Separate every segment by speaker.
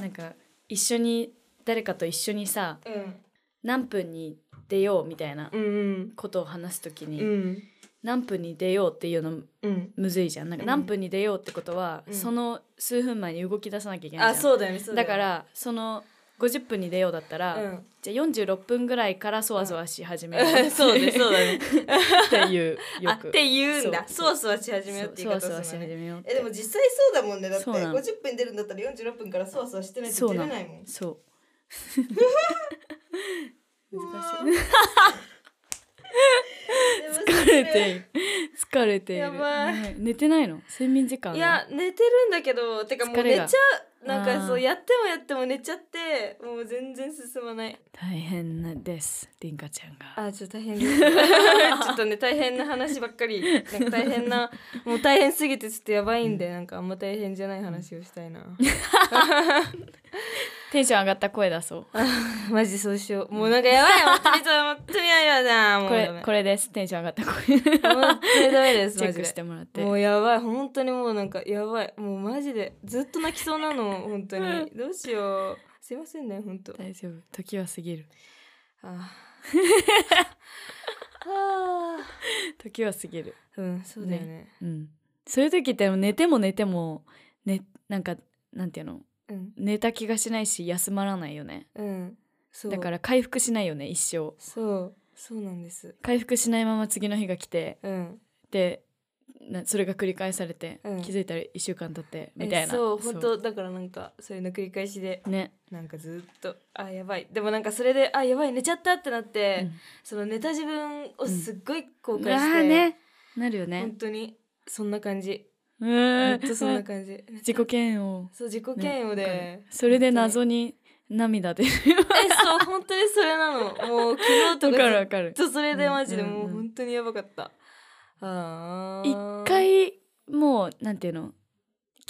Speaker 1: なんか一緒に誰かと一緒にさ
Speaker 2: うん
Speaker 1: 何分に出ようみたいな
Speaker 2: うん
Speaker 1: ことを話すときに、
Speaker 2: うん
Speaker 1: 何分に出ようっていうの
Speaker 2: うん
Speaker 1: むずいじゃんなんか
Speaker 2: うん
Speaker 1: 何分に出ようってことは、
Speaker 2: うん
Speaker 1: その数分前に動き出さなきゃいけない
Speaker 2: あ
Speaker 1: じゃん
Speaker 2: そうだよねそう
Speaker 1: だ
Speaker 2: よね
Speaker 1: からその50分に出ようだったら、
Speaker 2: うん
Speaker 1: じゃあ46分ぐらいからそわそわし始め
Speaker 2: う
Speaker 1: る
Speaker 2: ん そうねそうだね
Speaker 1: っていう
Speaker 2: あ
Speaker 1: よ
Speaker 2: っ
Speaker 1: く
Speaker 2: て言うんだそ
Speaker 1: そう
Speaker 2: わそわし始めようって
Speaker 1: そ
Speaker 2: 言いう方
Speaker 1: そ
Speaker 2: を
Speaker 1: わ
Speaker 2: す
Speaker 1: し
Speaker 2: るの
Speaker 1: 始
Speaker 2: ね
Speaker 1: めようって
Speaker 2: えでも実際そうだもんねだって
Speaker 1: そうなの
Speaker 2: 50分出るんだったら46分からそわそわしてない
Speaker 1: そう
Speaker 2: と出
Speaker 1: な
Speaker 2: れ
Speaker 1: の
Speaker 2: ないもん
Speaker 1: そう難しい
Speaker 2: 疲
Speaker 1: 疲れている 疲れている
Speaker 2: やばい
Speaker 1: ね寝てないの睡眠時間
Speaker 2: いや寝てるんだけどてかもう
Speaker 1: 疲
Speaker 2: 寝
Speaker 1: れ
Speaker 2: ち
Speaker 1: が
Speaker 2: ゃうなん
Speaker 1: あ
Speaker 2: か
Speaker 1: ー
Speaker 2: そうやってもやっても寝ちゃってもう全然進まない
Speaker 1: 大変なですりんかちゃんが
Speaker 2: あちょっと 大変ですちょっとね大変な話ばっかりなんか大変 なもう大変すぎてちょっとやばいんでなんかあんま大変じゃない話をし たいな
Speaker 1: テンション上がった声出そう
Speaker 2: マジそうしようもうなんかやばい本当にちょっと本当にやだなもう
Speaker 1: こ
Speaker 2: ダメ
Speaker 1: れこれですテンション上がった声チ
Speaker 2: 本当にダメです
Speaker 1: ェ
Speaker 2: マ
Speaker 1: ック
Speaker 2: ジで
Speaker 1: してもらって
Speaker 2: もうやばい本当にもうなんかやばいもうマジでずっと泣きそうなの本当にどうしようすいませんね本当
Speaker 1: 大丈夫時は過ぎる
Speaker 2: あ
Speaker 1: 時は過ぎる
Speaker 2: ーうんそうだよね
Speaker 1: うんそういう時って寝ても寝てもねなんかなんていうの
Speaker 2: うん
Speaker 1: 寝た気がしないし休まらないよね
Speaker 2: うんそう
Speaker 1: だから回復しないよね一生
Speaker 2: そうそうなんです
Speaker 1: 回復しないまま次の日が来て
Speaker 2: うん
Speaker 1: でなそれが繰り返されて、
Speaker 2: うん
Speaker 1: 気づいたら1週間経ってみたいな
Speaker 2: えそう本当だからなんかそういうの繰り返しで
Speaker 1: ね、
Speaker 2: なんかずっとあやばいでもなんかそれであやばい寝ちゃったってなって、
Speaker 1: うん
Speaker 2: その寝た自分をすっごい後悔して、
Speaker 1: うわーねなるよ
Speaker 2: 本
Speaker 1: ね
Speaker 2: 当にそんな感じ
Speaker 1: う
Speaker 2: 本
Speaker 1: ん
Speaker 2: 当そんな感じ
Speaker 1: 自己嫌悪
Speaker 2: そう自己嫌悪で、
Speaker 1: ねそれで謎に涙出る
Speaker 2: えそう本当にそれなのもう昨日と
Speaker 1: わか
Speaker 2: か
Speaker 1: る
Speaker 2: ず
Speaker 1: わかる
Speaker 2: っとそれでマジで
Speaker 1: うんうん
Speaker 2: も
Speaker 1: う
Speaker 2: うん本当にやばかった、あー
Speaker 1: 一回もうなんていうの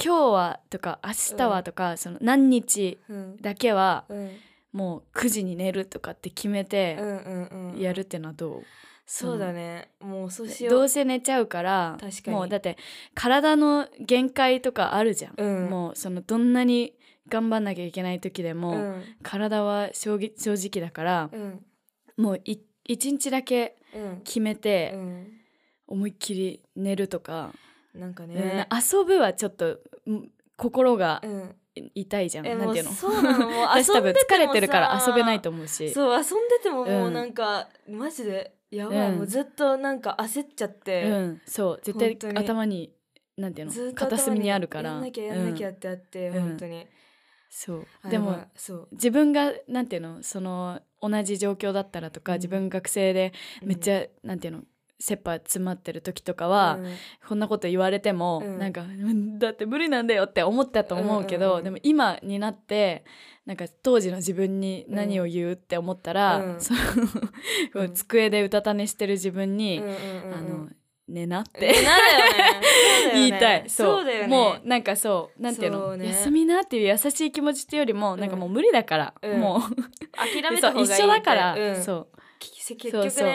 Speaker 1: 今日はとか明日はとか、その何日
Speaker 2: うん
Speaker 1: だけは
Speaker 2: うん
Speaker 1: もう9時に寝るとかって決め
Speaker 2: う
Speaker 1: て
Speaker 2: んうんうん
Speaker 1: やるってのはどう、
Speaker 2: そうだねもうそうしよう
Speaker 1: どうせ寝ちゃうから
Speaker 2: 確かに
Speaker 1: もうだって体の限界とかあるじゃん、
Speaker 2: うん
Speaker 1: もうそのどんなに頑張んなきゃいけない時でも、
Speaker 2: うん
Speaker 1: 体は正直正直だから
Speaker 2: う、ん
Speaker 1: もうい一日だけ
Speaker 2: うん
Speaker 1: 決め
Speaker 2: う
Speaker 1: て
Speaker 2: ん
Speaker 1: 思いっきり寝るとか、
Speaker 2: なんか
Speaker 1: うん
Speaker 2: ね
Speaker 1: 遊ぶはちょっとうん心が
Speaker 2: うん
Speaker 1: 痛いじゃん、
Speaker 2: え
Speaker 1: な
Speaker 2: も
Speaker 1: ん
Speaker 2: う
Speaker 1: ていうの
Speaker 2: そうなのもう
Speaker 1: 私
Speaker 2: 遊
Speaker 1: 多
Speaker 2: ん
Speaker 1: 分
Speaker 2: でて
Speaker 1: 疲
Speaker 2: も
Speaker 1: れてるから
Speaker 2: さ
Speaker 1: 遊べないと思うし
Speaker 2: そう遊んでてももううんなんか、マジでやばい、
Speaker 1: うん
Speaker 2: もうずっとなんか焦っちゃって、
Speaker 1: うん、そう絶対
Speaker 2: 本当に
Speaker 1: 頭になんていう
Speaker 2: ずっ
Speaker 1: の
Speaker 2: と頭
Speaker 1: 片隅にあるから
Speaker 2: やんなきゃやんなきゃ
Speaker 1: うん
Speaker 2: ってあって、
Speaker 1: うん
Speaker 2: 本当に
Speaker 1: そう
Speaker 2: あ
Speaker 1: で
Speaker 2: や
Speaker 1: も
Speaker 2: ばいそう
Speaker 1: 自分がなんていうのその同じ状況だったらとか、
Speaker 2: うん
Speaker 1: 自分学生でめっち
Speaker 2: ゃ
Speaker 1: ゃ、なんていうの切羽詰まってる時とかは、こんなこと言われても、
Speaker 2: うん
Speaker 1: なんかうんだって無理なんだよって思ったと思うけど、
Speaker 2: うんうんうん
Speaker 1: でも今になってなんか当時の自分に何を言うって思ったら、
Speaker 2: うん
Speaker 1: そのこう机でうたた寝してる自分に、あ
Speaker 2: あ
Speaker 1: の寝なっ
Speaker 2: なる
Speaker 1: て。
Speaker 2: よね
Speaker 1: 言いたい
Speaker 2: そうだよね
Speaker 1: もうなんかそうなんていう
Speaker 2: そ
Speaker 1: の
Speaker 2: うね
Speaker 1: 休みなっていう優しい気持ちっていうよりも、なんかもう無理だから、
Speaker 2: うん
Speaker 1: もう
Speaker 2: 諦め
Speaker 1: そ
Speaker 2: た
Speaker 1: う
Speaker 2: 方がいい
Speaker 1: 一緒だから、
Speaker 2: うん
Speaker 1: そ
Speaker 2: 結結局ね
Speaker 1: そうそう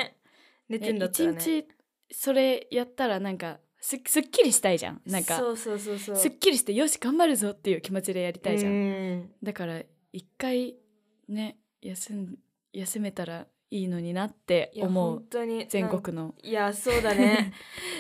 Speaker 2: 寝
Speaker 1: う
Speaker 2: てんだった
Speaker 1: 一
Speaker 2: らね
Speaker 1: 日それやったらなんかすすっきりしたいじゃんなんか
Speaker 2: そうそうそうそう
Speaker 1: すっきりしてよし頑張るぞっていう気持ちでやりたいじゃん、
Speaker 2: うん
Speaker 1: だから一回ね休ん休めたらいいのになって
Speaker 2: いや
Speaker 1: 思う
Speaker 2: 本当に
Speaker 1: 全国の
Speaker 2: いやそう だね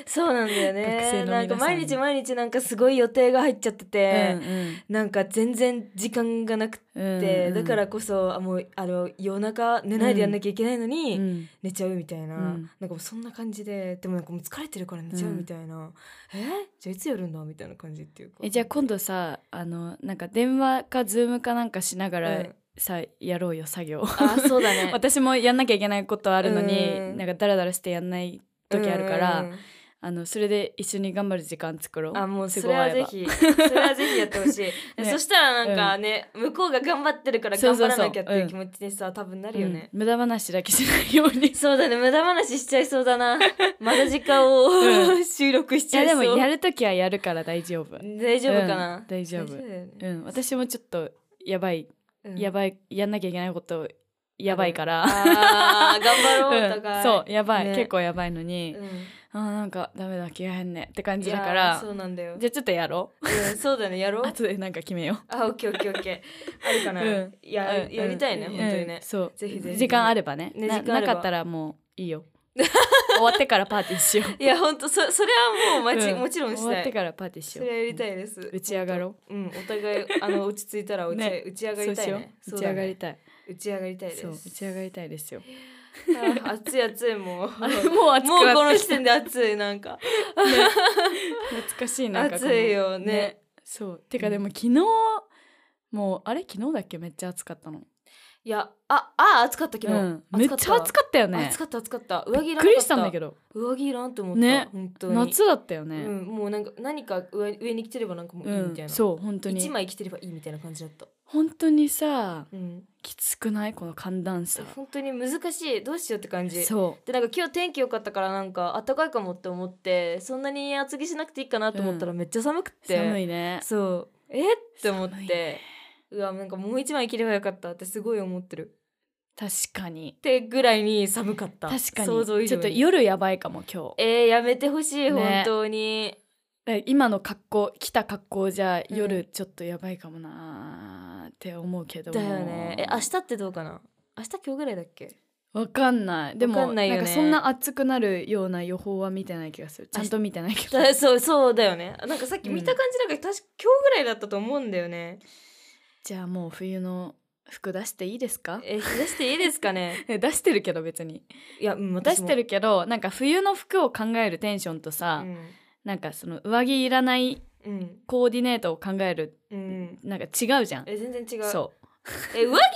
Speaker 2: そうなんだよね
Speaker 1: 学生の皆さん
Speaker 2: なんか毎日毎日なんかすごい予定が入っちゃって
Speaker 1: う
Speaker 2: て、
Speaker 1: ん
Speaker 2: なんか全然時間がなくて、
Speaker 1: うんうん
Speaker 2: だからこそあもうあの夜中寝ないでやんなきゃいけないのに、
Speaker 1: うん
Speaker 2: 寝ちゃうみたいな、
Speaker 1: うん
Speaker 2: なんかもうそんな感じででもなんかもう疲れてるから寝ちゃうみたいな、えじゃあいつやるんだみたいな感じっていうか
Speaker 1: えじゃあ今度さあのなんか電話かズームかなんかしなが
Speaker 2: う
Speaker 1: ら
Speaker 2: ん
Speaker 1: さ、やろうよ作 業
Speaker 2: あそ うだね
Speaker 1: 私もやんなきゃいけないことあるのに、
Speaker 2: うん
Speaker 1: なんかダラダラしてやんない時あるから、
Speaker 2: うんうんうん
Speaker 1: あのそれで一緒に頑張る時間作ろう
Speaker 2: あもう
Speaker 1: 都
Speaker 2: そ
Speaker 1: 合
Speaker 2: れ
Speaker 1: 合
Speaker 2: は
Speaker 1: え
Speaker 2: ぜ
Speaker 1: ば
Speaker 2: ひそれはぜひやってほしい、 えそしたらなんか
Speaker 1: う
Speaker 2: ね、向こうが頑張ってるから
Speaker 1: そ
Speaker 2: 頑
Speaker 1: うそ
Speaker 2: 張
Speaker 1: うそ
Speaker 2: ら
Speaker 1: う
Speaker 2: なきゃっていう気持ちにさ多分なるよね、
Speaker 1: うん無駄話だけしないように
Speaker 2: そうだね無駄話しちゃいそうだ なまだ時間を、
Speaker 1: う
Speaker 2: 収録し
Speaker 1: い
Speaker 2: ちゃ
Speaker 1: や
Speaker 2: い
Speaker 1: で
Speaker 2: そう
Speaker 1: もやるときはやるから大丈夫。
Speaker 2: 大丈夫かな、
Speaker 1: うん大丈夫
Speaker 2: だよね
Speaker 1: うん、私もちょっとやばい、
Speaker 2: うん
Speaker 1: やばい、やんなきゃいけないことやばいから。
Speaker 2: あー頑張ろう
Speaker 1: う
Speaker 2: と
Speaker 1: ん
Speaker 2: か、
Speaker 1: そう、やばい、
Speaker 2: ね
Speaker 1: 結構やばいのに、
Speaker 2: うん
Speaker 1: あーなんかダメだ気が変ねって感
Speaker 2: い
Speaker 1: じ
Speaker 2: や
Speaker 1: だ
Speaker 2: ー
Speaker 1: から
Speaker 2: そうなんだよ
Speaker 1: じゃあちょっとやろ
Speaker 2: うんそうだねやろ
Speaker 1: う
Speaker 2: う
Speaker 1: 後でなんか決めよ
Speaker 2: あオッケーオッケーオッケーあるか
Speaker 1: う、
Speaker 2: な、
Speaker 1: うん
Speaker 2: いや、
Speaker 1: うん
Speaker 2: やりたいね、
Speaker 1: うん
Speaker 2: 本当にね
Speaker 1: うん、そう
Speaker 2: ぜひぜひ
Speaker 1: 時間あればね
Speaker 2: ね
Speaker 1: な
Speaker 2: 時間あれ
Speaker 1: な
Speaker 2: ば
Speaker 1: かったらもういい よ終わってからパーティーしよう
Speaker 2: いや本当そそれはもうまち、
Speaker 1: う
Speaker 2: もちろんし
Speaker 1: 終わ
Speaker 2: た
Speaker 1: って
Speaker 2: い
Speaker 1: からパーティーし
Speaker 2: そ
Speaker 1: よう
Speaker 2: れはやりたいです
Speaker 1: 打ち上がろ
Speaker 2: うんお互い あの落ち着いたら打ち,、
Speaker 1: ね
Speaker 2: 打ち上
Speaker 1: う
Speaker 2: が
Speaker 1: そ
Speaker 2: り
Speaker 1: う
Speaker 2: たい
Speaker 1: しよ
Speaker 2: ね
Speaker 1: う打ち上がりたい
Speaker 2: 打ち上がりたいです
Speaker 1: そう打ち上がりたいですよ
Speaker 2: あ暑い暑 いもう
Speaker 1: あれもう暑く
Speaker 2: もうこ
Speaker 1: なっ
Speaker 2: の
Speaker 1: て
Speaker 2: 時点で暑いなんか
Speaker 1: 懐かしいなんかこの
Speaker 2: 暑いよね
Speaker 1: そうてかでも昨日もうあれ昨日だっけめっちゃ暑かったの
Speaker 2: いやああ暑かった昨日、
Speaker 1: うんめっちゃ暑
Speaker 2: か
Speaker 1: かったよ
Speaker 2: ったわ
Speaker 1: ね
Speaker 2: 暑かった暑かった上着い
Speaker 1: びっ
Speaker 2: らなかった
Speaker 1: くりしたんだけど
Speaker 2: 上着いらんと思った、
Speaker 1: ね
Speaker 2: 本当に
Speaker 1: 夏だったよね
Speaker 2: うん、もうなんか何か上上に着てればなんかもういいみたいな、
Speaker 1: そう本当
Speaker 2: 一
Speaker 1: に
Speaker 2: 枚着てればいいみたいな感じだった、
Speaker 1: 本当にさ
Speaker 2: うん、
Speaker 1: きつくないこの寒暖差
Speaker 2: 本当に難しいどうしようって感じ
Speaker 1: そ
Speaker 2: でなんか今日天気良かったからなんか暖かいかもって思ってそんなに厚着しなくていいかなと思ったらめっちゃ寒くっ
Speaker 1: う
Speaker 2: て、
Speaker 1: 寒いね
Speaker 2: そうえって思って、
Speaker 1: 寒いね
Speaker 2: うわなんかもう一枚着ればよかったってすごい思ってる
Speaker 1: 確かに
Speaker 2: ってぐらいに寒かった
Speaker 1: 確か
Speaker 2: 想像以
Speaker 1: にち
Speaker 2: 上
Speaker 1: ょっと
Speaker 2: に
Speaker 1: 夜やばいかも今
Speaker 2: えー、やめてほしい、
Speaker 1: ね
Speaker 2: 本当に
Speaker 1: 日今の格好来た格好じゃ
Speaker 2: うん
Speaker 1: 夜ちょっとやばいかもなーって思うけども
Speaker 2: だよねえ明日ってどうかな明日今日ぐらいだっけ
Speaker 1: わかんないで
Speaker 2: わ
Speaker 1: も
Speaker 2: かんな
Speaker 1: ない
Speaker 2: よ
Speaker 1: ん
Speaker 2: ね
Speaker 1: かそんな暑くなるような予報は見てない気がするちゃんと見てないけど
Speaker 2: だそうそうだよねなんかさっき見た感じなんか、確か今日ぐらいだったと思うんだよね
Speaker 1: じゃあもう冬の服出していいですか
Speaker 2: え出していいです かね
Speaker 1: え出してるけど別に
Speaker 2: いや、うん、
Speaker 1: 出
Speaker 2: 私
Speaker 1: し
Speaker 2: も
Speaker 1: てるけどなんか冬の服を考えるテンションと
Speaker 2: う
Speaker 1: さ、
Speaker 2: ん
Speaker 1: なんかその上着いらない
Speaker 2: うん
Speaker 1: コーディネートを考える
Speaker 2: うん
Speaker 1: なんか違うじゃん
Speaker 2: え全然違う
Speaker 1: そ
Speaker 2: え上着いらない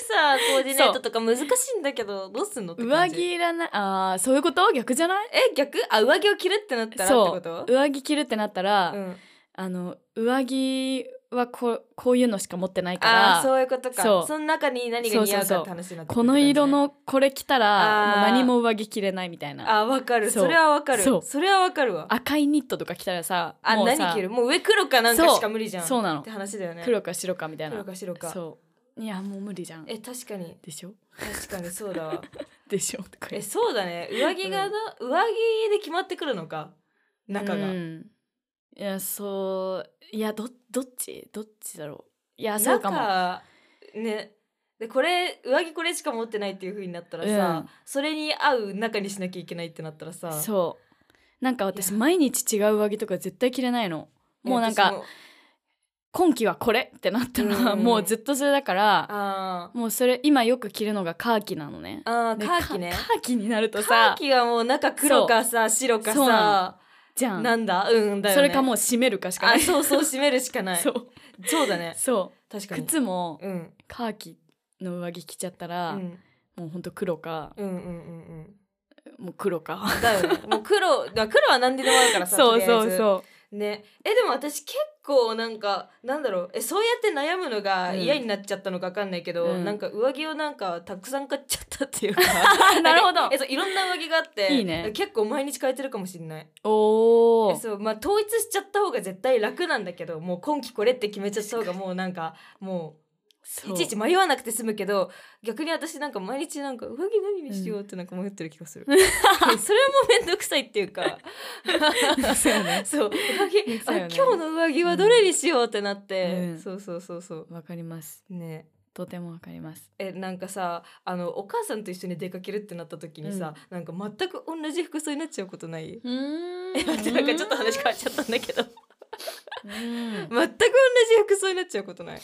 Speaker 2: さコーディネートとか難しいんだけどどうすんのっ
Speaker 1: う
Speaker 2: て
Speaker 1: 上
Speaker 2: 感じ
Speaker 1: 着いらないあーそういうこと逆じゃない
Speaker 2: え逆あ上着を着るってなったらって
Speaker 1: そ
Speaker 2: こと
Speaker 1: う上着着るってなったら、
Speaker 2: うん、
Speaker 1: あの上着はこうこういうのしか持ってないか
Speaker 2: あー
Speaker 1: ら
Speaker 2: そういうことか
Speaker 1: そ
Speaker 2: そうの中に何が似合うかって話になってくるって感じね
Speaker 1: この色のこれ着たら
Speaker 2: あー
Speaker 1: もう何も上着着れないみたいな
Speaker 2: あわかる
Speaker 1: そう
Speaker 2: それはわかる
Speaker 1: そ
Speaker 2: そうれはわかるわ
Speaker 1: 赤いニットとか着たらさ
Speaker 2: あ
Speaker 1: もうさ
Speaker 2: 何着るもう上黒かなんかしか無理じゃん
Speaker 1: そうな
Speaker 2: っ
Speaker 1: の
Speaker 2: て話だよね
Speaker 1: 黒か白かみたいな
Speaker 2: 黒か白か
Speaker 1: そういやもう無理じゃん
Speaker 2: え確かに
Speaker 1: でしょ
Speaker 2: 確かにそうだわ
Speaker 1: でしょとか言
Speaker 2: え
Speaker 1: う
Speaker 2: そうだね上着がな、上着で決まってくるのか中
Speaker 1: う
Speaker 2: が、
Speaker 1: んいやそういやどどっちどっちだろういやそうかも
Speaker 2: 中ねでこれ上着これしか持ってないっていう風になったら
Speaker 1: う
Speaker 2: さ、
Speaker 1: ん
Speaker 2: それに合う中にしなきゃいけないってなったらさ
Speaker 1: そうなんか私
Speaker 2: いや
Speaker 1: 毎日違う上着とか絶対着れないのもうなん
Speaker 2: 私
Speaker 1: か
Speaker 2: も
Speaker 1: 今季はこれってなったら
Speaker 2: うん
Speaker 1: もうずっとそれだから
Speaker 2: あー
Speaker 1: もうそれ今よく着るのがカーキなのね
Speaker 2: あー
Speaker 1: で
Speaker 2: カーキね
Speaker 1: カカーキになると
Speaker 2: カー
Speaker 1: さ
Speaker 2: キがもう中黒かさ白か
Speaker 1: そうな
Speaker 2: さ
Speaker 1: じゃん
Speaker 2: なんだうんだよね
Speaker 1: それかもう閉めるかしかな
Speaker 2: あ
Speaker 1: い
Speaker 2: そうそう締めるしかない
Speaker 1: そ
Speaker 2: そう
Speaker 1: う
Speaker 2: だ ね
Speaker 1: そ
Speaker 2: 確
Speaker 1: う
Speaker 2: かに
Speaker 1: 靴も
Speaker 2: うん
Speaker 1: カーキの上着着ちゃった
Speaker 2: う
Speaker 1: ら、
Speaker 2: ん
Speaker 1: もうほんと黒か
Speaker 2: うんうんうん
Speaker 1: もう黒か
Speaker 2: うんだよねもう黒だから黒は何でも あるからさ
Speaker 1: そう
Speaker 2: とりあ
Speaker 1: そ
Speaker 2: え
Speaker 1: う
Speaker 2: ず
Speaker 1: そ
Speaker 2: ねえでも私結構なんかなんだろうえそうやって悩むのが
Speaker 1: うん
Speaker 2: 嫌になっちゃったのか分かんないけど、
Speaker 1: うん
Speaker 2: なんか上着をなんかたくさん買っちゃったっていうか
Speaker 1: う なるほど
Speaker 2: えそういろんな上着があって
Speaker 1: いいね
Speaker 2: 結構毎日変えてるかもしれない
Speaker 1: お
Speaker 2: え
Speaker 1: お
Speaker 2: そうまあ統一しちゃった方が絶対楽なんだけどもう今季これって決めちゃった方がもうなんかもういちいち迷わなくて済むけど逆に私なんか毎日なんか上着何にしようってなんか迷ってる気 がする、えそれはもうめんどくさいっていうか
Speaker 1: そうよね
Speaker 2: そう上着
Speaker 1: そ
Speaker 2: あ
Speaker 1: うよね
Speaker 2: 今日の上着はどれにしようってなって、
Speaker 1: うん
Speaker 2: そうそうそうそう
Speaker 1: わかります
Speaker 2: ね
Speaker 1: とてもわかります
Speaker 2: えなんかさあのお母さんと一緒に出かけるってなった時にさ、なんか全く同じ服装になっ ちゃうこ とない
Speaker 1: うん
Speaker 2: え待ってなんかちょっと話変わっちゃったんだけど
Speaker 1: うん
Speaker 2: 全く同じ服装になっちゃうことない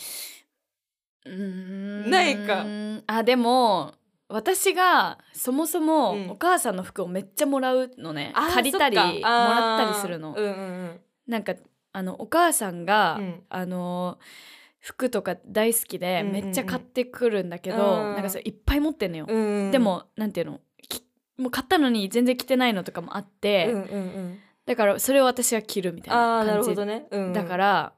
Speaker 1: うん
Speaker 2: ないか
Speaker 1: あでも私がそもそも
Speaker 2: うん
Speaker 1: お母さんの服をめっちゃもらうのね、
Speaker 2: あー
Speaker 1: 借りたり
Speaker 2: そ
Speaker 1: も
Speaker 2: っからあー
Speaker 1: ったりするの、
Speaker 2: うんうん
Speaker 1: なんかあのお母さんが、
Speaker 2: うん
Speaker 1: あの服とか大好きで
Speaker 2: うんうん
Speaker 1: め
Speaker 2: うん
Speaker 1: っちゃ買ってくるんだけど、
Speaker 2: うん
Speaker 1: なんかそれいっぱい持ってんのよ、
Speaker 2: うんうんうん
Speaker 1: でもなんていうのきもう買ったのに全然着てないのとかもあっ
Speaker 2: う
Speaker 1: て、
Speaker 2: んうんうん
Speaker 1: だからそれを私は着るみたい
Speaker 2: あ
Speaker 1: な
Speaker 2: あな
Speaker 1: 感
Speaker 2: る
Speaker 1: じ
Speaker 2: ほどね、うん、
Speaker 1: だからら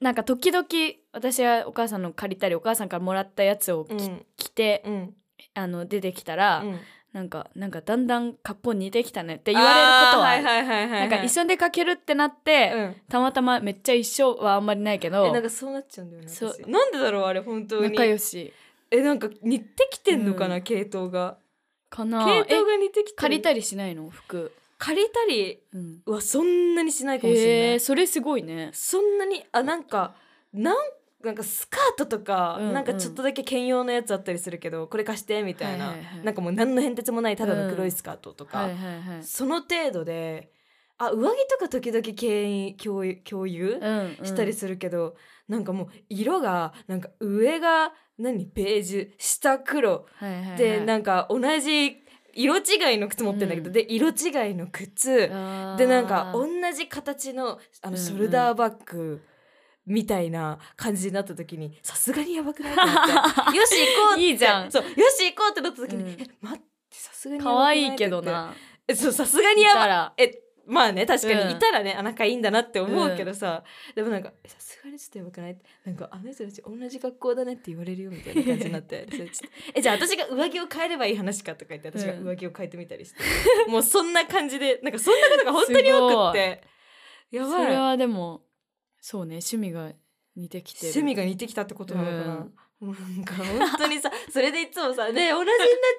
Speaker 1: なんか時々私はお母さんの借りたりお母さんからもらったやつをき
Speaker 2: うんうん
Speaker 1: 着て、
Speaker 2: うん
Speaker 1: あの出てきたら、
Speaker 2: うん
Speaker 1: なんかなんかだんだん格好似てきたねって言われることはあ
Speaker 2: あ
Speaker 1: る
Speaker 2: ーはいはいはいはいは
Speaker 1: ないんか一緒に出かけるってなって、
Speaker 2: うん
Speaker 1: たまたまめっちゃ一緒はあんまりないけ
Speaker 2: え
Speaker 1: ど
Speaker 2: なんかそうなっちゃうんだよね
Speaker 1: そう
Speaker 2: 私なんでだろうあれ本当に
Speaker 1: 仲良し
Speaker 2: えなんか似てきてんのかな、
Speaker 1: う
Speaker 2: 系統が
Speaker 1: かな
Speaker 2: 系
Speaker 1: え
Speaker 2: 統が似てきてる
Speaker 1: 借りたりしないの服
Speaker 2: 借りたり
Speaker 1: うん、
Speaker 2: はそんなにしないかもしれ
Speaker 1: へ
Speaker 2: な
Speaker 1: え
Speaker 2: い
Speaker 1: それすごいね
Speaker 2: そんなにあなんかなんなんかスカートとか、
Speaker 1: うんうん
Speaker 2: なんかちょっとだけ兼用のやつあったりするけどこれ貸してみたいな、
Speaker 1: はいはいはい
Speaker 2: なんかもう何の変哲もないただの黒いスカートとか、
Speaker 1: はいはいはい
Speaker 2: その程度であ上着とか時々経営共有共有
Speaker 1: うんうん
Speaker 2: したりするけど、なんかもう色がなんか上が何ベージュ下黒
Speaker 1: はいはいはい
Speaker 2: で、なんか同じ色違いの靴持ってるんだけど、
Speaker 1: うん
Speaker 2: で色違いの靴
Speaker 1: あー
Speaker 2: でなんか同じ形のあ
Speaker 1: うんう
Speaker 2: の
Speaker 1: ん
Speaker 2: ショルダーバッグみたいな感じになった時にさすがにやばくないと思 ってよし行こうって
Speaker 1: いいじゃん
Speaker 2: そうよし行こうってなった時に、
Speaker 1: うん
Speaker 2: え待ってさすがにやばく
Speaker 1: 可
Speaker 2: ない
Speaker 1: 愛いけど
Speaker 2: って
Speaker 1: な
Speaker 2: 言ってえそうさすがに
Speaker 1: い
Speaker 2: やば
Speaker 1: たら
Speaker 2: えまあね確か
Speaker 1: うん
Speaker 2: にいたらね、あ仲いいんだなって思うけどさ、でもなんかえさすがにちょっとやばくないなんかあの人たち同じ学校だねって言われるよみたいな感じになって それちょっとえじゃあ私が上着を変えればいい話かとか言って私が
Speaker 1: うん
Speaker 2: 上着を変えてみたりして、もうそんな感じでなんかそんなことが本当に多くってや
Speaker 1: それ
Speaker 2: ばい
Speaker 1: はでもそうね趣味が似てきてる
Speaker 2: 趣味が似てきたってことなのかな。
Speaker 1: うん
Speaker 2: なんか本当にさそれでいつもさ「ね同じになっ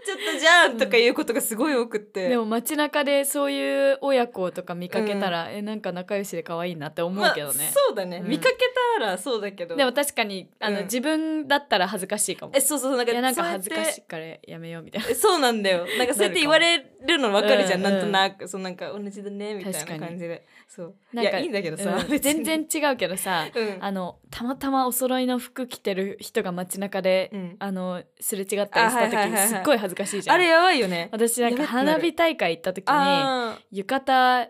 Speaker 2: ちゃったじゃん」とかいうことがすごい多くって、
Speaker 1: でも街中でそういう親子とか見かけたら、えなんか仲良しで可愛いなって思うけど
Speaker 2: ま
Speaker 1: ね
Speaker 2: あ、、そうだね、
Speaker 1: うん
Speaker 2: 見かけたらそうだけど
Speaker 1: でも確かにあの、
Speaker 2: うん
Speaker 1: 自分だったら恥ずかしいかも
Speaker 2: えそうそうなん
Speaker 1: い
Speaker 2: か
Speaker 1: やなんか
Speaker 2: そうやっ
Speaker 1: 恥
Speaker 2: て
Speaker 1: ずかしいからやめようみたいな
Speaker 2: えそうなんだよなんかそうやって言われるの分かるじゃん
Speaker 1: な
Speaker 2: な
Speaker 1: るか
Speaker 2: んと
Speaker 1: も
Speaker 2: なくそうなんか同じだねみたい
Speaker 1: 確か
Speaker 2: な
Speaker 1: に
Speaker 2: 感じでそうい
Speaker 1: なんか
Speaker 2: やいいんだけどさ、
Speaker 1: うん全然違うけどさ
Speaker 2: うん
Speaker 1: あのたまたまお揃いの服着てる人が街中で、
Speaker 2: うん
Speaker 1: あのすれ違ったりした時、
Speaker 2: あはいはいはいはい
Speaker 1: すっごい恥ずかしいじゃん
Speaker 2: あれやばいよね
Speaker 1: 私なんか
Speaker 2: やばくなる
Speaker 1: 花火大会行った時に
Speaker 2: あ
Speaker 1: 浴衣、
Speaker 2: うん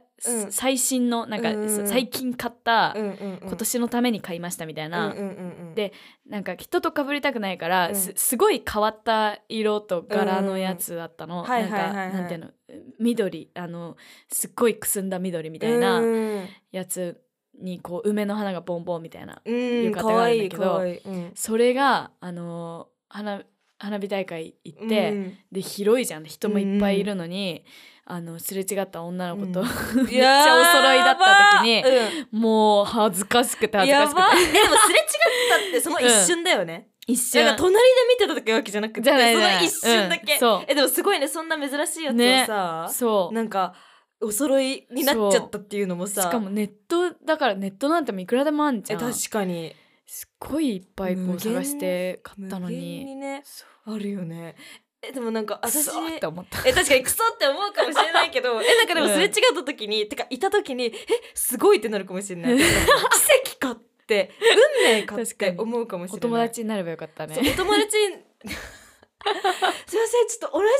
Speaker 1: 最新のなんか、
Speaker 2: うん
Speaker 1: 最近買った、
Speaker 2: あうんうん
Speaker 1: 今年のために買いましたみたいな、
Speaker 2: うんうんうんうん
Speaker 1: でなんか人と被りたくないから、
Speaker 2: うん
Speaker 1: すすごい変わった色と柄のやつだったの、
Speaker 2: うんうんう
Speaker 1: なん
Speaker 2: ん
Speaker 1: か、
Speaker 2: はいはいはいはい
Speaker 1: なんていうの緑あのすっごいくすんだ緑みたいな
Speaker 2: うん
Speaker 1: やつにこう梅の花がボンボンみたいな
Speaker 2: うん
Speaker 1: 浴
Speaker 2: か
Speaker 1: 衣があ
Speaker 2: わ
Speaker 1: るんだ
Speaker 2: いい
Speaker 1: けど
Speaker 2: かわいいうん
Speaker 1: それがあの花花火大会行
Speaker 2: う
Speaker 1: っ
Speaker 2: ん
Speaker 1: て、で広いじゃん人もいっぱいいるのに、あのすれ違った女の子と、 めっちゃお揃いだった時に
Speaker 2: やばーうん
Speaker 1: もう恥ずかしくて恥ずか
Speaker 2: や
Speaker 1: しく
Speaker 2: ば
Speaker 1: て
Speaker 2: えでもすれ違ったってその一瞬だよね、
Speaker 1: 一
Speaker 2: な
Speaker 1: 瞬
Speaker 2: んか隣で見てた時わけじゃなくて
Speaker 1: じゃない
Speaker 2: そ
Speaker 1: じゃ
Speaker 2: の
Speaker 1: ない
Speaker 2: 一瞬だけ、
Speaker 1: うんそう
Speaker 2: えでもすごいねそんな珍しいやつ
Speaker 1: ね
Speaker 2: をさ、
Speaker 1: そう
Speaker 2: なんかお揃いになっちゃったっていうのもさ
Speaker 1: しかもネットだからネットなんてもいくらでもあんじ
Speaker 2: え
Speaker 1: ゃん
Speaker 2: 確かに
Speaker 1: すっごいいっぱいこう
Speaker 2: 無限
Speaker 1: 探して買ったの
Speaker 2: 無限
Speaker 1: に
Speaker 2: にね
Speaker 1: そう
Speaker 2: あるよねえでもなんか私
Speaker 1: そうって思った
Speaker 2: え確かにクソって思うかもしれない けどえなんかでも
Speaker 1: うん
Speaker 2: すれ違った時に、てかいた時にえすごいってなるかもしれない奇跡かって運命かっ
Speaker 1: 確か
Speaker 2: て
Speaker 1: に
Speaker 2: 思うかもし
Speaker 1: お
Speaker 2: れ
Speaker 1: 友
Speaker 2: ない
Speaker 1: 達になればよかった
Speaker 2: そう
Speaker 1: ね
Speaker 2: お友達に すいませんちょっと同じ浴衣で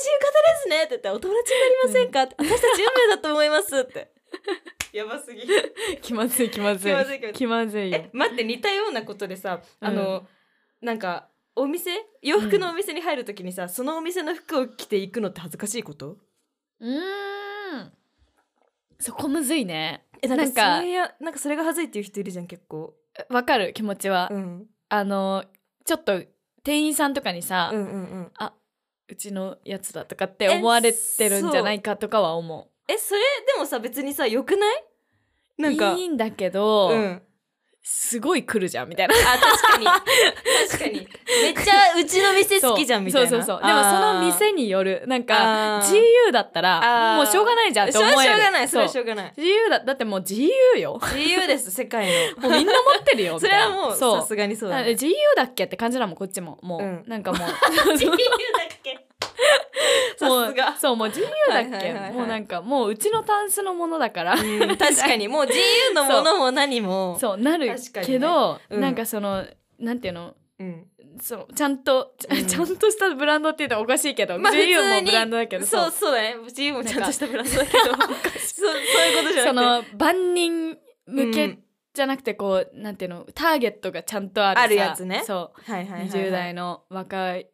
Speaker 2: すねって言ってお友達になりませんか、って私たち運命だと思いますって やばすぎ
Speaker 1: 気まずい気まずい
Speaker 2: 気まずい気まずい
Speaker 1: 気まずいよ
Speaker 2: え待って似たようなことでさ
Speaker 1: うん
Speaker 2: あの、なんかお店洋服のお店に入るときにさ、そのお店の服を着ていくのって恥ずかしいこと
Speaker 1: うーんそこむずいねなん
Speaker 2: そ
Speaker 1: か
Speaker 2: れやなんかそれが恥ずいっていう人いるじゃん結構、
Speaker 1: わかる気持ちは、
Speaker 2: うん、
Speaker 1: あのちょっと店員さんとかにさ、
Speaker 2: う
Speaker 1: うん
Speaker 2: うんうん
Speaker 1: ちのやつだとかって思われてるんじゃないかとかは思
Speaker 2: えそれでもさ別にさよくないなんか
Speaker 1: ういいんだけど、
Speaker 2: うん
Speaker 1: すごい来るじゃんみたいな
Speaker 2: あ確かに確かにめっちゃうちの店好きじゃんみたいな
Speaker 1: そうそうそうそうでもその店によるなんか
Speaker 2: が
Speaker 1: GU だった
Speaker 2: あ
Speaker 1: ら
Speaker 2: ー
Speaker 1: もうしょうがないじゃんって
Speaker 2: しょ
Speaker 1: 思
Speaker 2: う
Speaker 1: える
Speaker 2: しょうがないそれはし
Speaker 1: そう
Speaker 2: ょうがない
Speaker 1: GU だだってもう GU よ
Speaker 2: 自由です世界の
Speaker 1: もうみんな持ってるよみ
Speaker 2: そ
Speaker 1: たい
Speaker 2: れ
Speaker 1: な
Speaker 2: はもう
Speaker 1: そ
Speaker 2: さ
Speaker 1: う
Speaker 2: すがにそうだ、
Speaker 1: だ
Speaker 2: ね、
Speaker 1: GU だっけって感じだもんこっちももう、
Speaker 2: うん
Speaker 1: なんかも う
Speaker 2: 自由だっけ
Speaker 1: も
Speaker 2: さす
Speaker 1: う
Speaker 2: が
Speaker 1: そうもう GU だっけ、
Speaker 2: はいはいはいはい
Speaker 1: もうなんかもううちのタンスのものだから
Speaker 2: 確かにもう自由のものも何も
Speaker 1: そうなる
Speaker 2: 確かにね
Speaker 1: けど、
Speaker 2: うん
Speaker 1: なんかそのなんていうの
Speaker 2: うん
Speaker 1: そのちゃんと、ちゃ
Speaker 2: うん
Speaker 1: ちゃんとしたブランドって言ったらおかしいけど、
Speaker 2: まあ
Speaker 1: GU
Speaker 2: 普通
Speaker 1: も
Speaker 2: に
Speaker 1: ブランドだけど
Speaker 2: そうそうだね自由もちゃんとしたブランドだけど そうそういうことじ
Speaker 1: そ
Speaker 2: ゃなくて
Speaker 1: の万人向
Speaker 2: う
Speaker 1: け
Speaker 2: ん
Speaker 1: じゃなくてこう、なんていうのターゲットがちゃんとあるさ
Speaker 2: あるやつね
Speaker 1: そう、
Speaker 2: はいはいはいはい
Speaker 1: 20代の若い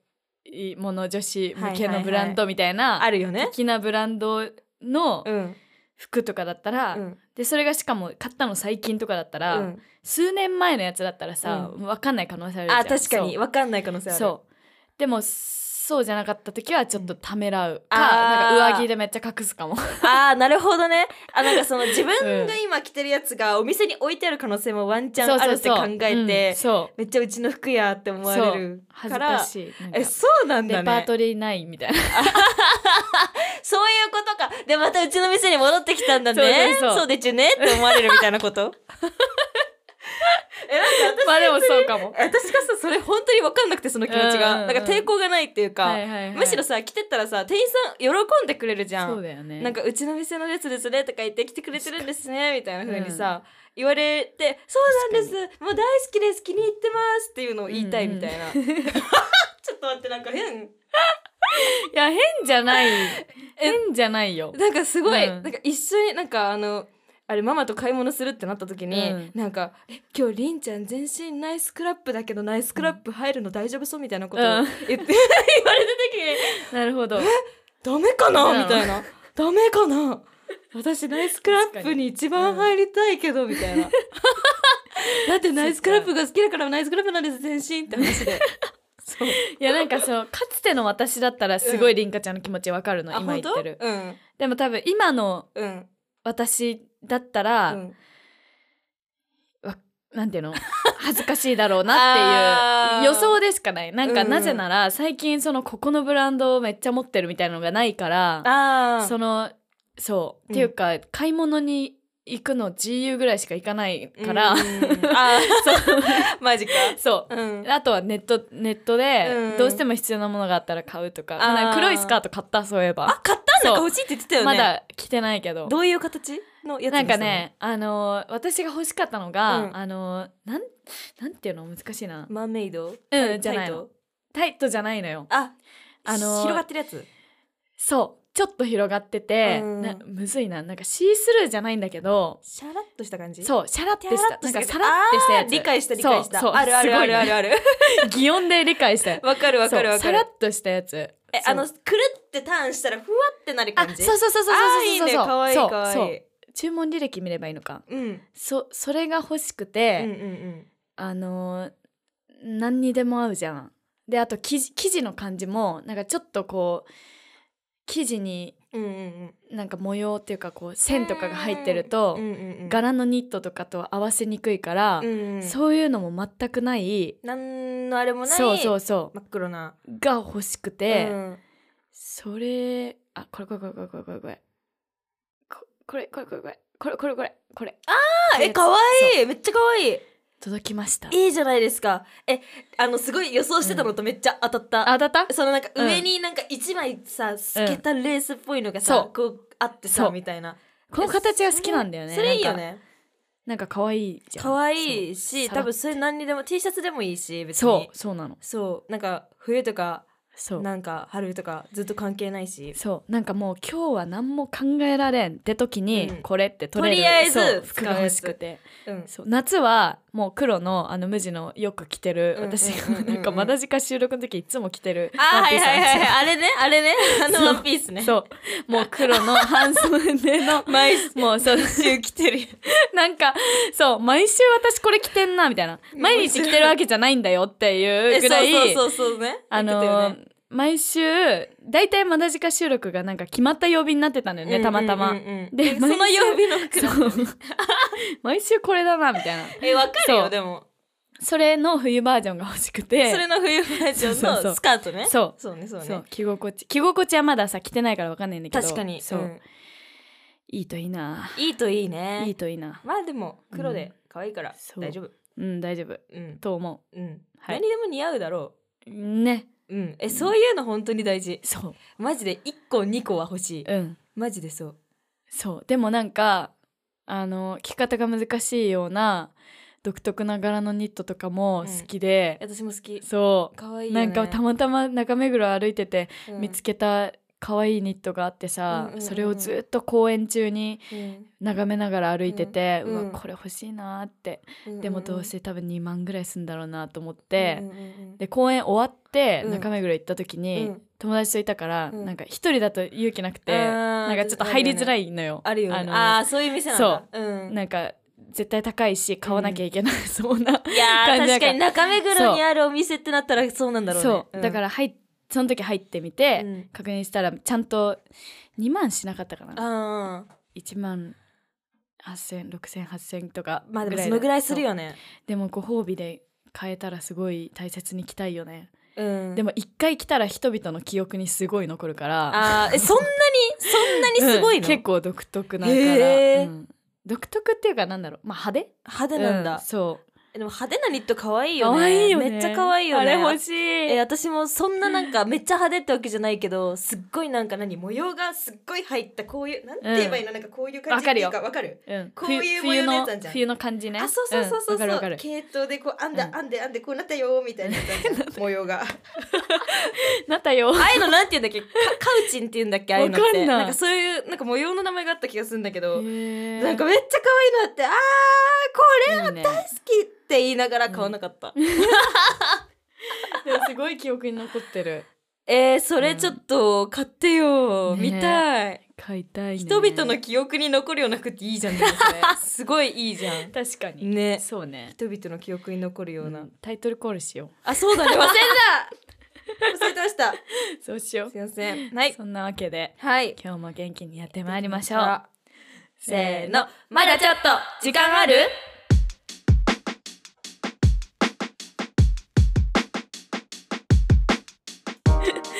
Speaker 1: もの女子向け
Speaker 2: はいはいは
Speaker 1: の
Speaker 2: い
Speaker 1: ブランドみたいな、
Speaker 2: あるよね
Speaker 1: 的なブランドの
Speaker 2: うん
Speaker 1: 服とかだったら、
Speaker 2: うん
Speaker 1: でそれがしかも買ったの最近とかだったら、
Speaker 2: うん
Speaker 1: 数年前のやつだったらさ、
Speaker 2: う
Speaker 1: 分かんない可能性あるじゃん
Speaker 2: あ確かに分かんない可能性
Speaker 1: そう
Speaker 2: ある
Speaker 1: そうでもそそうじゃなかった時はちょっとためらうか,、
Speaker 2: うんあ
Speaker 1: な
Speaker 2: ー
Speaker 1: んか上着でめっちゃ隠す かも
Speaker 2: ああなるほどねあなんかその自分が今着てるやつがお店に置いてある可能性もワンチャンあるって考えて
Speaker 1: そう
Speaker 2: めっちゃうちの服やって思
Speaker 1: そう
Speaker 2: わ
Speaker 1: そう
Speaker 2: れる
Speaker 1: 恥
Speaker 2: か
Speaker 1: ずからしいなんか
Speaker 2: えそうなんだ
Speaker 1: レパー
Speaker 2: ね
Speaker 1: トリーないみたいな
Speaker 2: そういうことかでまたうちの店に戻ってきたんだね
Speaker 1: ね
Speaker 2: そうでちゅねって思われるみたいなこと えなんか私,、
Speaker 1: まあでもそうかも
Speaker 2: 私がさ それ本当に分かんなくてその気持ちが、
Speaker 1: うんうん
Speaker 2: なんか抵抗がないっていうか、
Speaker 1: はいはいはい
Speaker 2: むしろさ着てったらさ店員さん喜んでくれるじゃん
Speaker 1: そうだよね
Speaker 2: なんかうちの店のやつですねとか言って来てくれてるんですねみたいな風にさ、言われてそうなんですもう大好きです気に入ってますっていうのを言いたいみたいな、 ちょっと待ってなんか変
Speaker 1: いや変じゃ ない変じゃないよ
Speaker 2: なんかすごい、
Speaker 1: うん
Speaker 2: なんか一緒になんかあのあれママと買い物するってなった時に、
Speaker 1: うん
Speaker 2: なんか「え今日りんちゃん全身ナイスクラップだけどナイスクラップ入るの大丈夫そう」みたいなことを
Speaker 1: う
Speaker 2: 言
Speaker 1: ん
Speaker 2: って 言われた時 に
Speaker 1: なるほど
Speaker 2: ダメか
Speaker 1: うん
Speaker 2: なみたいな。ダメかな私ナイスクラップに一番入りたいけど、みたいな。だってナイスクラップが好きだからナイスクラップなんです全身って話で。そう。
Speaker 1: いやなんかそのかつての私だったらすごい凛花ちゃんの気持ちわかるの、今言ってる
Speaker 2: うん。
Speaker 1: でも多分今の
Speaker 2: うん。
Speaker 1: 私だったら、
Speaker 2: うん
Speaker 1: なんて いうの恥ずかしいだろうなっていう
Speaker 2: あー
Speaker 1: 予想でしかないなんか
Speaker 2: うん
Speaker 1: なぜなら最近そのここのブランドをめっちゃ持ってるみたいなのがないから
Speaker 2: ああ。
Speaker 1: そのそう、
Speaker 2: うん
Speaker 1: っていうか買い物に行くの GU ぐらいしか行かないから、
Speaker 2: うんああ。 マジか。
Speaker 1: そう
Speaker 2: うん。
Speaker 1: あとはネットネット
Speaker 2: うん
Speaker 1: でどうしても必要なものがあったら買うとか,、
Speaker 2: あー
Speaker 1: なんか黒いスカート買ったそういえば
Speaker 2: あ、買ったんだ
Speaker 1: そう
Speaker 2: 欲しいって言ってたよね。
Speaker 1: ま。だ着てないけど
Speaker 2: どういう形のやつ
Speaker 1: なんか。ねあのー私が欲しかったのが、
Speaker 2: うん
Speaker 1: あのーなんなんていうの難しいな
Speaker 2: そのマーメイド
Speaker 1: うんじゃない
Speaker 2: タイ
Speaker 1: の
Speaker 2: ト
Speaker 1: タイトじゃないのよ
Speaker 2: あ、
Speaker 1: あのー
Speaker 2: 広がってるやつ。
Speaker 1: そうちょっと広がってて、
Speaker 2: うん
Speaker 1: なむずいななんかシースルーじゃないんだけど
Speaker 2: シャラッとした感じ
Speaker 1: そうシャラって
Speaker 2: シャ
Speaker 1: し
Speaker 2: ラ
Speaker 1: た
Speaker 2: ッと
Speaker 1: な
Speaker 2: し
Speaker 1: ん
Speaker 2: た
Speaker 1: かさらってしたやつ
Speaker 2: 理解した理解した。
Speaker 1: そうそう
Speaker 2: あるあるあ
Speaker 1: すごい
Speaker 2: る
Speaker 1: ね
Speaker 2: あるある。
Speaker 1: 擬音で理解したよ
Speaker 2: わかるわかるわ
Speaker 1: そう
Speaker 2: か
Speaker 1: さ
Speaker 2: る
Speaker 1: ら。っとしたやつえ
Speaker 2: え、あの、くるってターンしたら、ふわってなる
Speaker 1: あ
Speaker 2: 感じ。、
Speaker 1: そううそうそうそうそう
Speaker 2: いい
Speaker 1: そう
Speaker 2: ね、
Speaker 1: そう
Speaker 2: かわいい、
Speaker 1: そう
Speaker 2: かわ
Speaker 1: そう
Speaker 2: いい。
Speaker 1: 注文履歴見ればいいのか
Speaker 2: うん、うん、
Speaker 1: そそれが欲しく
Speaker 2: う
Speaker 1: て、
Speaker 2: ん、うん。
Speaker 1: あのー何にでも合うじゃん。であと生地生地の感じもなんかちょっとこう生地に
Speaker 2: うん、うん、
Speaker 1: なんか模様っていうかこう線とかが入ってると、
Speaker 2: うん、うん、うん。
Speaker 1: 柄のニットとかとは合わせにくいから、
Speaker 2: うん、うん。
Speaker 1: そういうのも全くない
Speaker 2: なんのあれもない。
Speaker 1: そうそうそう
Speaker 2: 真っ黒な。
Speaker 1: が欲しくて、
Speaker 2: うん
Speaker 1: それあこれこれこれこれこれこれこれこれこれこれこれこれこれこれこれ
Speaker 2: あ、え、かわいい、めっちゃかわいい。
Speaker 1: 届きました。
Speaker 2: いいじゃないですか。え、あの、すごい予想してたのとめっちゃ当たった。
Speaker 1: あ当たった
Speaker 2: そのなんか上になんか一枚さ透けたレースっぽいのが
Speaker 1: そ
Speaker 2: さ
Speaker 1: う
Speaker 2: こうあって
Speaker 1: そ
Speaker 2: さ
Speaker 1: う
Speaker 2: みたいな
Speaker 1: この形が好きなんだよね。
Speaker 2: それいいよ
Speaker 1: なんか。
Speaker 2: ね
Speaker 1: なんか可愛いじゃん。
Speaker 2: 可愛い
Speaker 1: そ
Speaker 2: し
Speaker 1: うさら
Speaker 2: 多分それ何にでも T シャツでもいいし別に
Speaker 1: そうそうなの
Speaker 2: そうなんか冬とか
Speaker 1: そう
Speaker 2: なんか春とかずっと関係ないし
Speaker 1: そうなんかもう今日は何も考えられんって時に、
Speaker 2: うん
Speaker 1: これって取れる
Speaker 2: とりあえず
Speaker 1: そう
Speaker 2: 使
Speaker 1: 服
Speaker 2: うやつ
Speaker 1: が欲しくて
Speaker 2: うん
Speaker 1: そう夏はもう黒のあの無地のよく着てる、
Speaker 2: うんうんうんうん
Speaker 1: 私 がなんかまだ時間収録の時いつも着てる
Speaker 2: あー
Speaker 1: ワン
Speaker 2: は
Speaker 1: ピ
Speaker 2: い
Speaker 1: ース
Speaker 2: はいはい
Speaker 1: なんで
Speaker 2: はいあれねあれねあの
Speaker 1: そう
Speaker 2: ワンピースね
Speaker 1: すよそうもう黒の半袖 の
Speaker 2: 毎週
Speaker 1: もうそう
Speaker 2: 着てる
Speaker 1: なんかそう毎週私これ着てんなみたいな毎日着てるわけじゃないんだよっていうぐらい
Speaker 2: えそうそうそうそうね
Speaker 1: あの
Speaker 2: 言
Speaker 1: ー
Speaker 2: って
Speaker 1: 毎週大体まだ時間収録がなんか決まった曜日になってたのよ
Speaker 2: たよ
Speaker 1: ね、たまたま。
Speaker 2: うん うんうんうん
Speaker 1: で
Speaker 2: えその
Speaker 1: 毎週
Speaker 2: 曜日の服な
Speaker 1: そ
Speaker 2: の
Speaker 1: う毎週これだなみたいな
Speaker 2: えわかる
Speaker 1: そ
Speaker 2: よ
Speaker 1: う
Speaker 2: でも
Speaker 1: それの冬バージョンが欲しくて
Speaker 2: それの冬バージ
Speaker 1: そうそ
Speaker 2: ョ
Speaker 1: う
Speaker 2: ン
Speaker 1: そ
Speaker 2: の
Speaker 1: う
Speaker 2: スカートね
Speaker 1: そう
Speaker 2: そうねそう
Speaker 1: そ
Speaker 2: ね
Speaker 1: う着心地着心地はまださ着てないからわかんないんだけど
Speaker 2: 確かに
Speaker 1: そう、
Speaker 2: うん
Speaker 1: いいといいない
Speaker 2: いといいね
Speaker 1: いいといいな
Speaker 2: まあでも黒で可愛いから
Speaker 1: そう
Speaker 2: 大丈夫
Speaker 1: うん大丈夫
Speaker 2: うん
Speaker 1: と思
Speaker 2: うん
Speaker 1: はい
Speaker 2: 何でも似合うだろ
Speaker 1: うね
Speaker 2: ううんえそういうの本当に大事
Speaker 1: そう
Speaker 2: マジで1個2個は欲しい
Speaker 1: うん
Speaker 2: マジでそう
Speaker 1: そうでもなんかあの着方が難しいような独特な柄のニットとかも好きで、
Speaker 2: 私も好き
Speaker 1: そう
Speaker 2: 可愛いよ
Speaker 1: な
Speaker 2: ね
Speaker 1: んかたまたま中目黒歩いてて見つけた可愛いニットがあって
Speaker 2: うん
Speaker 1: さ、
Speaker 2: うんうんうん
Speaker 1: それをずっと公園中に
Speaker 2: うん
Speaker 1: 眺めながら歩いてて、う
Speaker 2: うんうん
Speaker 1: わこれ欲しいなーって、
Speaker 2: うん
Speaker 1: でもどうせ多分2万ぐらいすんだろうなと思っ
Speaker 2: うん
Speaker 1: て、
Speaker 2: うんうん
Speaker 1: で公園終わって
Speaker 2: うん
Speaker 1: 中目黒行った時に、
Speaker 2: うん
Speaker 1: 友達といたから、
Speaker 2: うん
Speaker 1: なんか一人だと勇気なくて、
Speaker 2: あー
Speaker 1: なんかちょっと入りづらいのよ。
Speaker 2: あるよね
Speaker 1: の
Speaker 2: ああーそういう店なんだうん
Speaker 1: なんか絶対高いし買わなきゃいけない、そうな。
Speaker 2: いやー
Speaker 1: 感じだから
Speaker 2: 確かに中目黒にあるお店ってなったらそうなんだろうね
Speaker 1: そうだからら入っその時入ってみて、
Speaker 2: うん
Speaker 1: 確認したらちゃんと2万しなかったかな
Speaker 2: ああ
Speaker 1: 1万8,0006,0008,000とか
Speaker 2: まあでもそのぐらいする
Speaker 1: ね
Speaker 2: よね
Speaker 1: でもご褒美で変えたらすごい大切に着たいよね、
Speaker 2: うん
Speaker 1: でも一回着たら人々の記憶にすごい残るから
Speaker 2: あーえそんなにそんなにすごいの、
Speaker 1: うん結構独特なから、
Speaker 2: へー
Speaker 1: うん独特っていうかなんだろうまあ派
Speaker 2: 派
Speaker 1: 手
Speaker 2: 手なんだ、
Speaker 1: うそう
Speaker 2: えでも派手なニット可愛いよね
Speaker 1: 可愛いよね
Speaker 2: めっちゃ可愛いよね
Speaker 1: あれ欲しい
Speaker 2: え私もそんななんかめっちゃ派手ってわけじゃないけどすっごいなんか何模様がすっごい入ったこういうなんて言えばいいの、なんかこういう感じっていうかわかる
Speaker 1: うん、
Speaker 2: こういう
Speaker 1: ふ
Speaker 2: 模様のや
Speaker 1: の
Speaker 2: つあんじゃん
Speaker 1: 冬の感じね
Speaker 2: あそうそうそうそ
Speaker 1: んわ
Speaker 2: うそう、
Speaker 1: かるわかる
Speaker 2: 系統でこう編んだ、
Speaker 1: うん
Speaker 2: 編んで編んでこうなったよーみたいなやつあ るじゃん模様があ
Speaker 1: なったよ
Speaker 2: あいうのなんて言うんだっけカカウチンって言うんだっけああいうのっ
Speaker 1: わかんな
Speaker 2: て
Speaker 1: い
Speaker 2: なんかそういうなんか模様の名前があった気がするんだけど、な
Speaker 1: なん
Speaker 2: かめっちゃ可愛いのあってあー
Speaker 1: い
Speaker 2: これ
Speaker 1: いね
Speaker 2: 大好きって言いながら買わなかった、
Speaker 1: すごい記憶に残ってる
Speaker 2: えー、それちょっと買ってよ、
Speaker 1: ね
Speaker 2: 見たい
Speaker 1: 買いたい、ね、
Speaker 2: 人々の記憶に残るような服っていいじゃんでもそれ すごいいいじゃ ん
Speaker 1: 確かに、
Speaker 2: ね
Speaker 1: そうね
Speaker 2: 人々の記憶に残るような、
Speaker 1: うんタイトルコールしよ
Speaker 2: あそうだね忘れた忘れてました
Speaker 1: う そうしよう
Speaker 2: すいませんはい
Speaker 1: そんなわけで
Speaker 2: はい
Speaker 1: 今日も元気にやってまいりましょう
Speaker 2: せーのまだちょっと時間ある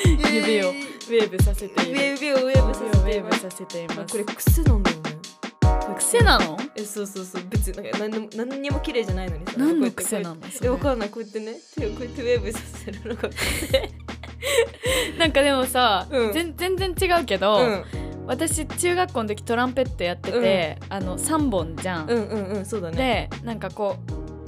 Speaker 1: 指をウェーブさせ
Speaker 2: ウ
Speaker 1: ている
Speaker 2: ェーブウェーブさせ
Speaker 1: ウ
Speaker 2: て
Speaker 1: ェ
Speaker 2: い
Speaker 1: ー
Speaker 2: ま
Speaker 1: ブ
Speaker 2: す
Speaker 1: させています
Speaker 2: これ癖なんだよね
Speaker 1: 癖なの
Speaker 2: えそうそうそう別になんか何でも何にも綺麗じゃないのにさ
Speaker 1: 何
Speaker 2: こうや
Speaker 1: の
Speaker 2: って
Speaker 1: 癖な
Speaker 2: こ
Speaker 1: の
Speaker 2: うやってえわかんないこうやってね手をこうやってウェーブさせるのが
Speaker 1: なんかでもさ、
Speaker 2: うん
Speaker 1: 全全然違うけど、
Speaker 2: うん
Speaker 1: 私中学校の時トランペットやってて、あの3本じゃん、
Speaker 2: うんうんうんそうだね
Speaker 1: でなんかこ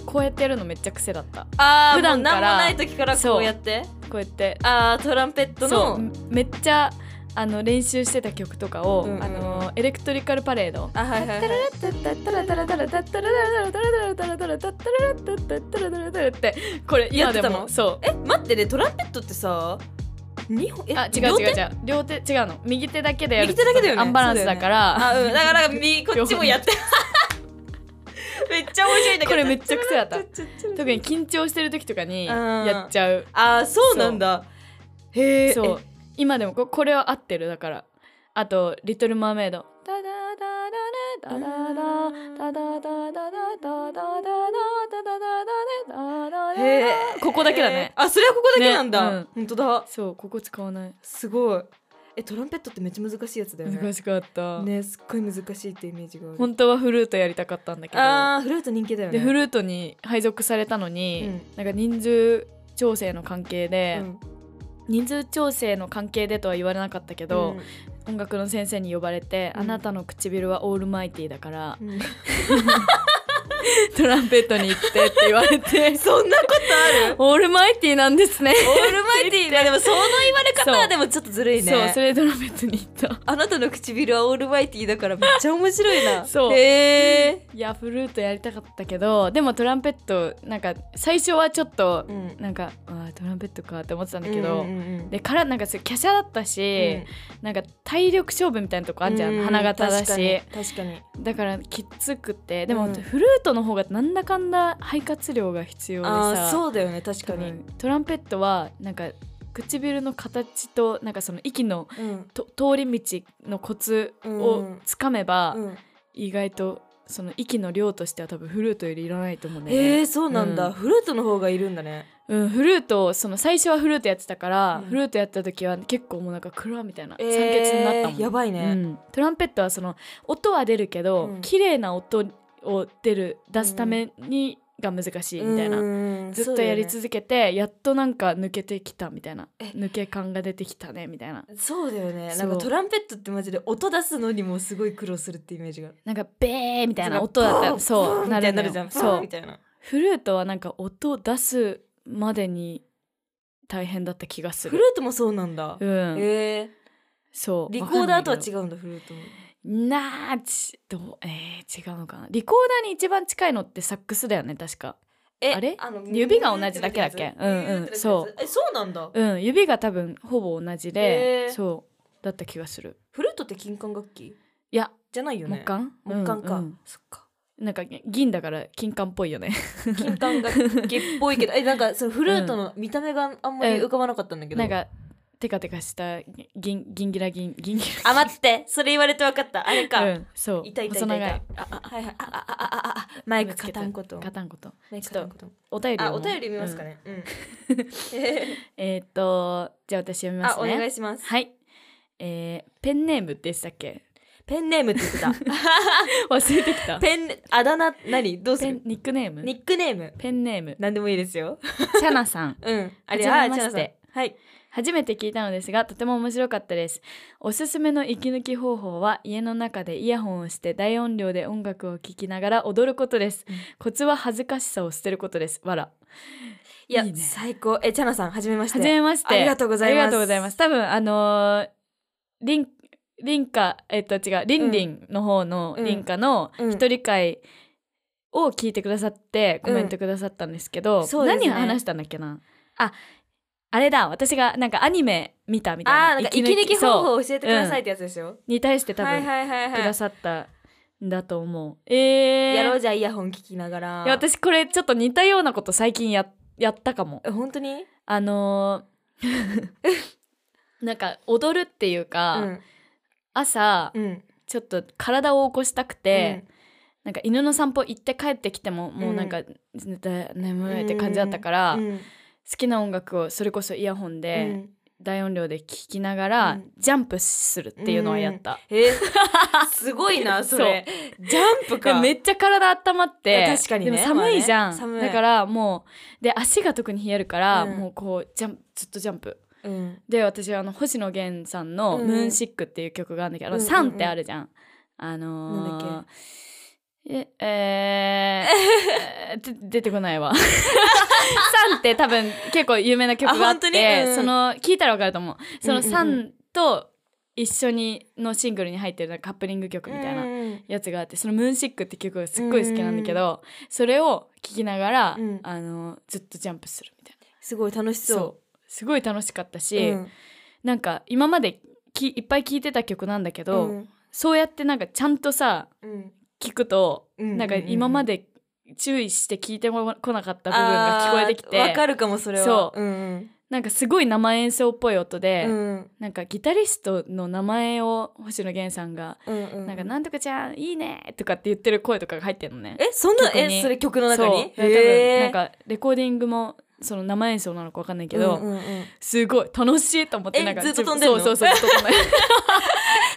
Speaker 1: うこうやってやるのめっちゃ癖だった
Speaker 2: ああ
Speaker 1: 普
Speaker 2: 普段
Speaker 1: 段
Speaker 2: も
Speaker 1: か
Speaker 2: う
Speaker 1: ら
Speaker 2: 何もない時からこうやって
Speaker 1: こうやって
Speaker 2: あートランペット
Speaker 1: そう
Speaker 2: の
Speaker 1: めっちゃあの練習してた曲とかを、
Speaker 2: うんうんうん
Speaker 1: あのエレクトリカルパレード
Speaker 2: あはいはいはい
Speaker 1: タラタラタラタラタラタラタラタラタラタラタラタラタラタラタラタラってこれ今で
Speaker 2: やってた
Speaker 1: も
Speaker 2: の
Speaker 1: そ
Speaker 2: え待ってねトランペットってさ二本
Speaker 1: う
Speaker 2: え
Speaker 1: あ違う
Speaker 2: 両手
Speaker 1: 違う違う両手違うの右手だけでやる
Speaker 2: 右手だけだよね
Speaker 1: アンバランスだから
Speaker 2: あうんだからみこっちもやってめっちゃ面白いんだけど
Speaker 1: これめっちゃ癖だった特
Speaker 2: 特
Speaker 1: に緊張してる時とかに
Speaker 2: うん
Speaker 1: やっちゃう
Speaker 2: あーそうなんだへえ
Speaker 1: そう今でもここれは合ってるだからあと「リトル・マーメイド」ダダダダダダダダダダダダダダダダダダダダ
Speaker 2: へ
Speaker 1: ダ
Speaker 2: え
Speaker 1: ここだけだね
Speaker 2: えーあそれはここだけなんだ、
Speaker 1: ねうん
Speaker 2: 本当だ
Speaker 1: そうここ使わない
Speaker 2: すごいえトランペットってめっちゃ難しいやつだよ
Speaker 1: 難
Speaker 2: ね
Speaker 1: しかった
Speaker 2: ねすっごい難しいってイメージがある
Speaker 1: 本当はフルートやりたかったんだけど
Speaker 2: あーフルート人気だよね
Speaker 1: でフルートに配属されたのになんか人数調整の関係で
Speaker 2: うん
Speaker 1: 人数調整の関係でとは言われなかったけど音楽の先生に呼ばれて「
Speaker 2: うん
Speaker 1: あなたの唇はオールマイティだから
Speaker 2: うんうん
Speaker 1: トランペットに行って」って言われて
Speaker 2: そんなことある
Speaker 1: オールマイティなんですね。
Speaker 2: オールマイティーだでもその言われ方
Speaker 1: そ
Speaker 2: は
Speaker 1: う
Speaker 2: でもちょっとずるいね
Speaker 1: そうそれでトランペットに行った。
Speaker 2: あなたの唇はオールマイティーだからめっちゃ面白いな
Speaker 1: そう
Speaker 2: へえ
Speaker 1: いやフルートやりたかったけどでもトランペットなんか最初はちょっと、
Speaker 2: うん
Speaker 1: なんかあートランペットかって思ってたんだ
Speaker 2: だ
Speaker 1: け
Speaker 2: け
Speaker 1: ど、
Speaker 2: ど
Speaker 1: でからなんかそう華奢だったし、なんか体力勝負みたいなとこあんじゃん、花形だし
Speaker 2: 確かに
Speaker 1: だからきつくてでも、
Speaker 2: うん
Speaker 1: フルートの方がなんだかんだ肺活量が必要で
Speaker 2: あ
Speaker 1: さ
Speaker 2: ーそうだよね確か
Speaker 1: 多
Speaker 2: に
Speaker 1: 分トランペットはなんか唇の形となんかその息の
Speaker 2: うん
Speaker 1: と通り道のコツをつかめば、
Speaker 2: うん
Speaker 1: 意外とその息の量としては多分フルートよりいらないと思う
Speaker 2: へ
Speaker 1: ね、
Speaker 2: えそうなん
Speaker 1: う
Speaker 2: だ
Speaker 1: ん
Speaker 2: フルートの方がいるんだね
Speaker 1: うん、フルートその最初はフルートやってたから、
Speaker 2: うん
Speaker 1: フルートやった時は結構もうなんかクラみたいな酸
Speaker 2: え
Speaker 1: 欠
Speaker 2: ー
Speaker 1: になったもん、
Speaker 2: やばいうね
Speaker 1: ん、トランペットはその音は出るけど、
Speaker 2: うん
Speaker 1: 綺麗な音を出る出すためにが難しいみたいな、
Speaker 2: な
Speaker 1: ずっとやり続けて、やっとなんか抜けてきたみたいな
Speaker 2: え
Speaker 1: 抜け感が出てきたねみたいな
Speaker 2: そうだよね
Speaker 1: そ
Speaker 2: な
Speaker 1: うん
Speaker 2: かトランペットってマジで音出すのにもすごい苦労するってイメージがある
Speaker 1: なんかベーみたいな音だったらそうな
Speaker 2: なる
Speaker 1: るの
Speaker 2: なる
Speaker 1: よ
Speaker 2: じゃん
Speaker 1: そ
Speaker 2: そううみたいな
Speaker 1: フルートはなんか音出すまでに大変だった気がす
Speaker 2: フ
Speaker 1: る
Speaker 2: ル。ートもそうなんだ
Speaker 1: うん、
Speaker 2: へえ
Speaker 1: そう。
Speaker 2: リコーダーとは違
Speaker 1: う。
Speaker 2: うんだフルートも
Speaker 1: なあ、ち、どう、えー、違うのかな。リコーダーに一番近いのってサックスだよね、確か。
Speaker 2: え
Speaker 1: あれ
Speaker 2: の
Speaker 1: 指が同じだけだっけうんうんそう
Speaker 2: うえそうなんだ
Speaker 1: うん、指が多分ほぼ同じで、
Speaker 2: へー
Speaker 1: そうだった気がする。
Speaker 2: フルートって金管楽器
Speaker 1: いや、
Speaker 2: じゃないよね
Speaker 1: 木管？
Speaker 2: 木管か、
Speaker 1: うんうん
Speaker 2: そっか
Speaker 1: なんか銀だから金管っぽいよね。
Speaker 2: 金管楽器っぽいけどえなんかそのフルートの見た目があんまり浮かばなかったんだけど、
Speaker 1: なんかテカテカしたギンギンギラギンギンギラ
Speaker 2: あ待ってそれ言われて分かったあれ か、
Speaker 1: うん、そう
Speaker 2: いたいたい
Speaker 1: 細
Speaker 2: たいた
Speaker 1: 長
Speaker 2: あ
Speaker 1: い
Speaker 2: あはいはいああああああマイクカタンこと
Speaker 1: カタンこと
Speaker 2: マイクカタンこと
Speaker 1: お便り
Speaker 2: あ
Speaker 1: 読む
Speaker 2: お便り見ますか、ねうん
Speaker 1: うんえーっとじゃあ私読みます
Speaker 2: あ
Speaker 1: ね
Speaker 2: お願いします
Speaker 1: はいえー、ペンネームでしたっけ
Speaker 2: ペンネームって言ってた
Speaker 1: 忘れてきた
Speaker 2: ペンあだ名何どうす
Speaker 1: ペ
Speaker 2: る
Speaker 1: ンニックネーム
Speaker 2: ニックネーム
Speaker 1: ペンネーム
Speaker 2: 何でもいいですよ
Speaker 1: チャナさん
Speaker 2: うんあれ
Speaker 1: は
Speaker 2: あ
Speaker 1: じめま
Speaker 2: ちゃ
Speaker 1: し
Speaker 2: んさん
Speaker 1: て
Speaker 2: はい
Speaker 1: 初めて聞いたのですがとても面白かったですおすすめの息抜き方法は家の中でイヤホンをして大音量で音楽を聴きながら踊ることです、
Speaker 2: うん
Speaker 1: コツは恥ずかしさを捨てることですわら
Speaker 2: いや
Speaker 1: いいね
Speaker 2: 最高えちゃなさんはじめまし
Speaker 1: は
Speaker 2: て
Speaker 1: じめまして
Speaker 2: ありがとうございます
Speaker 1: ありがとうございます多分あのー、リンリンカえっと違うリンリンの方の
Speaker 2: うん
Speaker 1: リンカの
Speaker 2: うん
Speaker 1: 一人会を聞いてくださってコメントくださったんですけど、
Speaker 2: うんそうですね
Speaker 1: 何を話したんだっけなああれだ私がなんかアニメ見たみたいな
Speaker 2: あーなんか息抜き方
Speaker 1: そう
Speaker 2: 法を教えてくださいってやつでしょ
Speaker 1: に対して多
Speaker 2: はい
Speaker 1: 分
Speaker 2: はいはい
Speaker 1: く
Speaker 2: は
Speaker 1: だ
Speaker 2: い
Speaker 1: さったんだと思う、えー、
Speaker 2: やろう
Speaker 1: い
Speaker 2: じゃあイヤホン聞きながら
Speaker 1: や私これちょっと似たようなこと最近ややったかも
Speaker 2: え本当に
Speaker 1: あの ーなんか踊るっていうか、
Speaker 2: うん
Speaker 1: 朝
Speaker 2: うん
Speaker 1: ちょっと体を起こしたくて、なんか犬の散歩行って帰ってきてももうなんか絶対眠いって感じだったから、
Speaker 2: うん
Speaker 1: 好
Speaker 2: うん
Speaker 1: きな音楽をそれこそイヤホンで、
Speaker 2: うん
Speaker 1: 大音量で聴きながら、
Speaker 2: うん
Speaker 1: ジャンプするっていうのをやった。
Speaker 2: えすご いなそれジャンプ
Speaker 1: で
Speaker 2: か
Speaker 1: めっちゃ体温まっ
Speaker 2: い
Speaker 1: て
Speaker 2: や確かにね
Speaker 1: でも寒いじゃん、
Speaker 2: まあね寒い
Speaker 1: だからもうで足が特に冷えるから、
Speaker 2: うん
Speaker 1: もうこうジャンプずっとジャンプ
Speaker 2: うん
Speaker 1: で私はあの星野源さんの「
Speaker 2: うん
Speaker 1: ムーンシック」っていう曲があるんだけど「あの
Speaker 2: うんうんうん
Speaker 1: サン」ってあるじゃん。あのー、
Speaker 2: なんだっ
Speaker 1: ええー えー出出てこないわ。サンって多分結構有名な曲があっ
Speaker 2: あ本当に
Speaker 1: て、
Speaker 2: うん
Speaker 1: その聞いたらわかると思う。その
Speaker 2: うんうんうん
Speaker 1: サンと一緒にのシングルに入ってるなんかカップリング曲みたいな
Speaker 2: うん
Speaker 1: やつがあってその「ムーンシック」って曲がすっごい好きなんだけど、それを聴きながら、
Speaker 2: うん
Speaker 1: あのずっとジャンプするみたいな
Speaker 2: すごい楽しそ
Speaker 1: すごい楽しかった
Speaker 2: う
Speaker 1: し、
Speaker 2: うん
Speaker 1: なんか今まできいっぱい聴いてた曲なんだけど、
Speaker 2: うん
Speaker 1: そうやってなんかちゃんとさ
Speaker 2: うん
Speaker 1: 聴くと、
Speaker 2: うん
Speaker 1: なんか今まで注意して聴いてこなかった部分が聞こえてき
Speaker 2: あーわか
Speaker 1: て
Speaker 2: るかもそれは
Speaker 1: そ
Speaker 2: うん
Speaker 1: なんかすごい生演奏っぽい音で、
Speaker 2: うんうん
Speaker 1: なんかギタリストの名前を星野源さんが
Speaker 2: う
Speaker 1: 「
Speaker 2: ん
Speaker 1: なんかなんとかちゃんいいね」とかって言ってる声とかが入ってるのね。
Speaker 2: えそんな
Speaker 1: 曲に
Speaker 2: えそれ曲の中
Speaker 1: そう
Speaker 2: に
Speaker 1: 多分
Speaker 2: へ
Speaker 1: な
Speaker 2: ー
Speaker 1: んかレコーディングもその生演奏なのかわかんないけど、
Speaker 2: うんうんうん
Speaker 1: すごい楽しいと思って
Speaker 2: え
Speaker 1: なんか
Speaker 2: ずっと飛んでんの
Speaker 1: そうそうそうずっと飛んでる